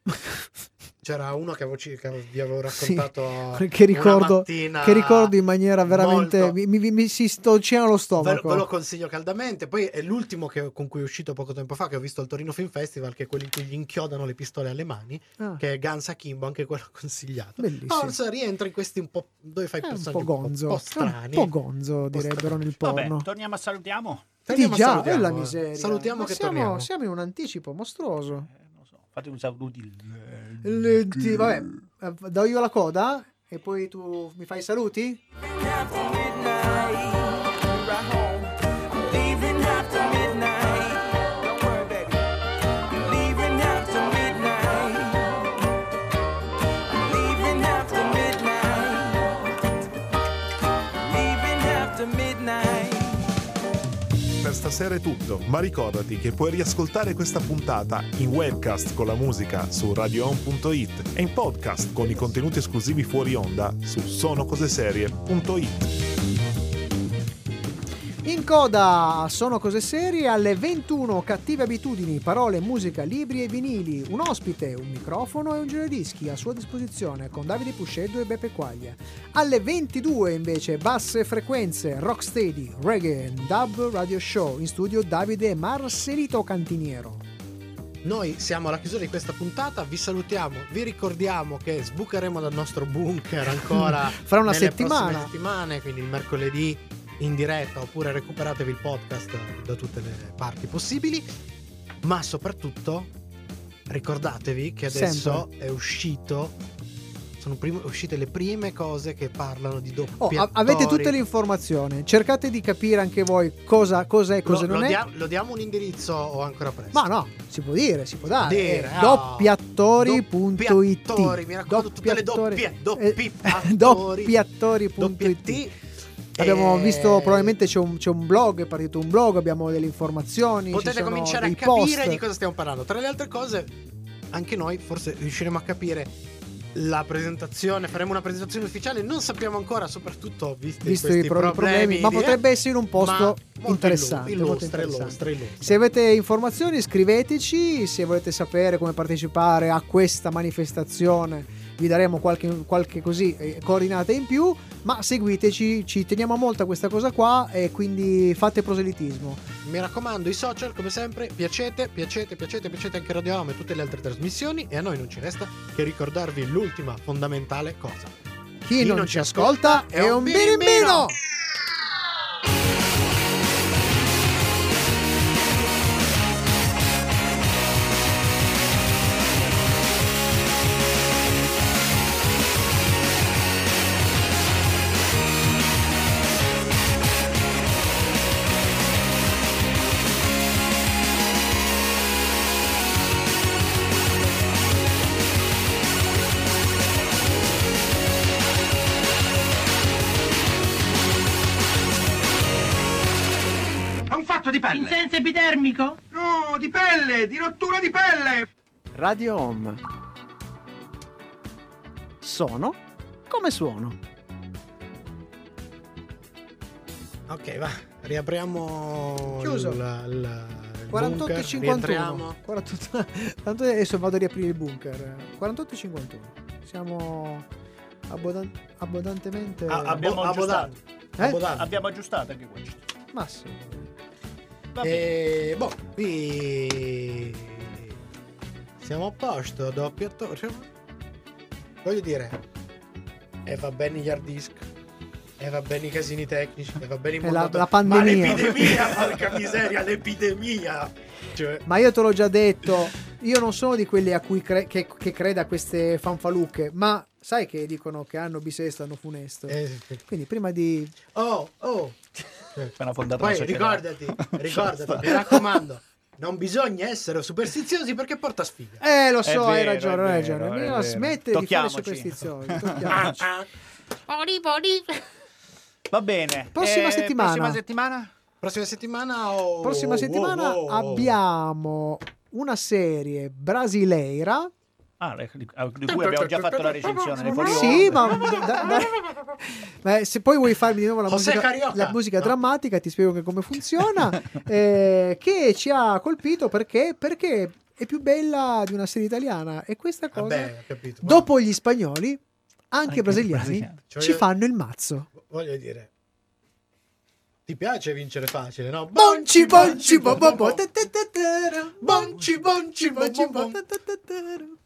C'era uno che avevo, ci- che avevo- vi avevo Sì, raccontato che ricordo- una mattina che ricordo in maniera veramente. molto- Mi, mi- mi si stolcina lo Ve lo, stomaco. ve lo consiglio caldamente. Poi è l'ultimo che- con cui è uscito poco tempo fa, che ho visto al Torino Film Festival, che è quello in cui gli inchiodano le pistole alle mani, Ah, che è Guns Akimbo, anche quello consigliato. bellissimo. Forse rientra in questi un po' dove fai È un personaggi po' gonzo. un po' È un strani. po' gonzo, direbbero strani. nel Vabbè, porno. torniamo a salutiamo. Torniamo, Di già, salutiamo, bella eh. miseria. Salutiamo Ma che siamo, torniamo. siamo in un anticipo mostruoso. Eh, non so, fate un saluto di... Eh, Lenti, vabbè, eh, do io la coda e poi tu mi fai i saluti? Per stasera è tutto, ma ricordati che puoi riascoltare questa puntata in webcast con la musica su radioon.it e in podcast con i contenuti esclusivi fuori onda su sonocoseserie.it. In coda sono cose serie alle 21 cattive abitudini, parole, musica, libri e vinili, un ospite, un microfono e un giro di dischi a sua disposizione con Davide Pusceddo e Beppe Quaglia. Alle 22 invece basse frequenze, rocksteady, reggae, and dub radio show in studio Davide Marcelito Cantiniero. Noi siamo alla chiusura di questa puntata, vi salutiamo, vi ricordiamo che sbucheremo dal nostro bunker ancora Fra una nelle settimana. prossime settimane, quindi il mercoledì in diretta oppure recuperatevi il podcast da tutte le parti possibili, ma soprattutto ricordatevi che adesso è uscito sono prim- uscite le prime cose che parlano di Oh, doppiatori. a- avete tutte le informazioni. Cercate di capire anche voi cosa, cosa è, cosa Lo- non lo è. dia- lo diamo un indirizzo o ancora presto? Ma no, si può dire, si può dare. Dire, Eh, ah, doppiatori.it doppiatori, mi raccomando, Ah, tutte le doppie, doppi- Eh, attori, doppiatori.it Doppiatti. Abbiamo Eh, visto, probabilmente c'è un, c'è un blog, è partito un blog, abbiamo delle informazioni. ci Potete sono cominciare a dei capire post. di cosa stiamo parlando. Tra le altre cose, anche noi forse riusciremo a capire la presentazione. Faremo una presentazione ufficiale. Non sappiamo ancora, soprattutto visti, Visto questi i pro- problemi, ma di- potrebbe essere un posto ma molto interessante, illu- molto illustre, interessante. illustre, illustre. Se avete informazioni scriveteci, se volete sapere come partecipare a questa manifestazione vi daremo qualche, qualche così eh, coordinate in più, ma seguiteci, ci teniamo molto a questa cosa qua e quindi fate proselitismo. Mi raccomando, i social come sempre, piacete, piacete, piacete, piacete anche Radio Home e tutte le altre trasmissioni. E a noi non ci resta che ricordarvi l'ultima fondamentale cosa. Chi, non, ci ascolta è un birimbino! È un fatto di pelle. Insenso epidermico? No, di pelle, di rottura di pelle. Radio Home. Sono come suono. Ok, va, riapriamo. Chiuso. il- il- il 48 e bunker, rientriamo. 51 48 tanto adesso vado a riaprire il bunker 48 e 51 siamo abbodan- abbondantemente Ah, abbiamo aggiustato. Eh? Abbiamo- Abbiamo aggiustato anche questo. ma sì Va bene. E boh, qui siamo a posto, doppio attore. Siamo- Voglio dire, e va bene gli hard disk, e va bene i casini tecnici, e va bene il E Eh, la- mondo- la pandemia. Ma l'epidemia, porca miseria, l'epidemia. Cioè, Ma io te l'ho già detto, io non sono di quelli a cui cre- che, che creda a queste fanfalucche, ma sai che dicono che hanno bisesto, hanno funesto. eh, sì. Quindi prima di... oh, oh. Appena fondata la Poi società. ricordati, ricordati, Basta. mi raccomando, non bisogna essere superstiziosi perché porta sfiga. Eh, lo È so, hai vero, ragione, è hai vero, ragione. è Almeno vero. smette di fare Tocchiamoci. superstizioni. tocchiamoci. Va bene. Prossima Eh, settimana. Prossima settimana? Prossima settimana o oh, Prossima settimana abbiamo una serie brasileira. Ah, le- di di cui abbiamo già fatto la recensione. le fuori Sì, onda. ma da- da- Beh, se poi vuoi farmi di nuovo la José musica, Carioca. la musica No. drammatica, ti spiego che come funziona. eh, che ci ha colpito perché? Perché è più bella di una serie italiana e questa cosa, Vabbè, ho capito. ma dopo gli spagnoli, anche Anche i brasiliani, brasiliani. Cioè, ci io- fanno il mazzo. Voglio dire, ti piace vincere facile, no? Bonci, bonci, bo, bo, bo, bonci, bonci, bo, bo, bo. ta, ta, ta, ta, ra.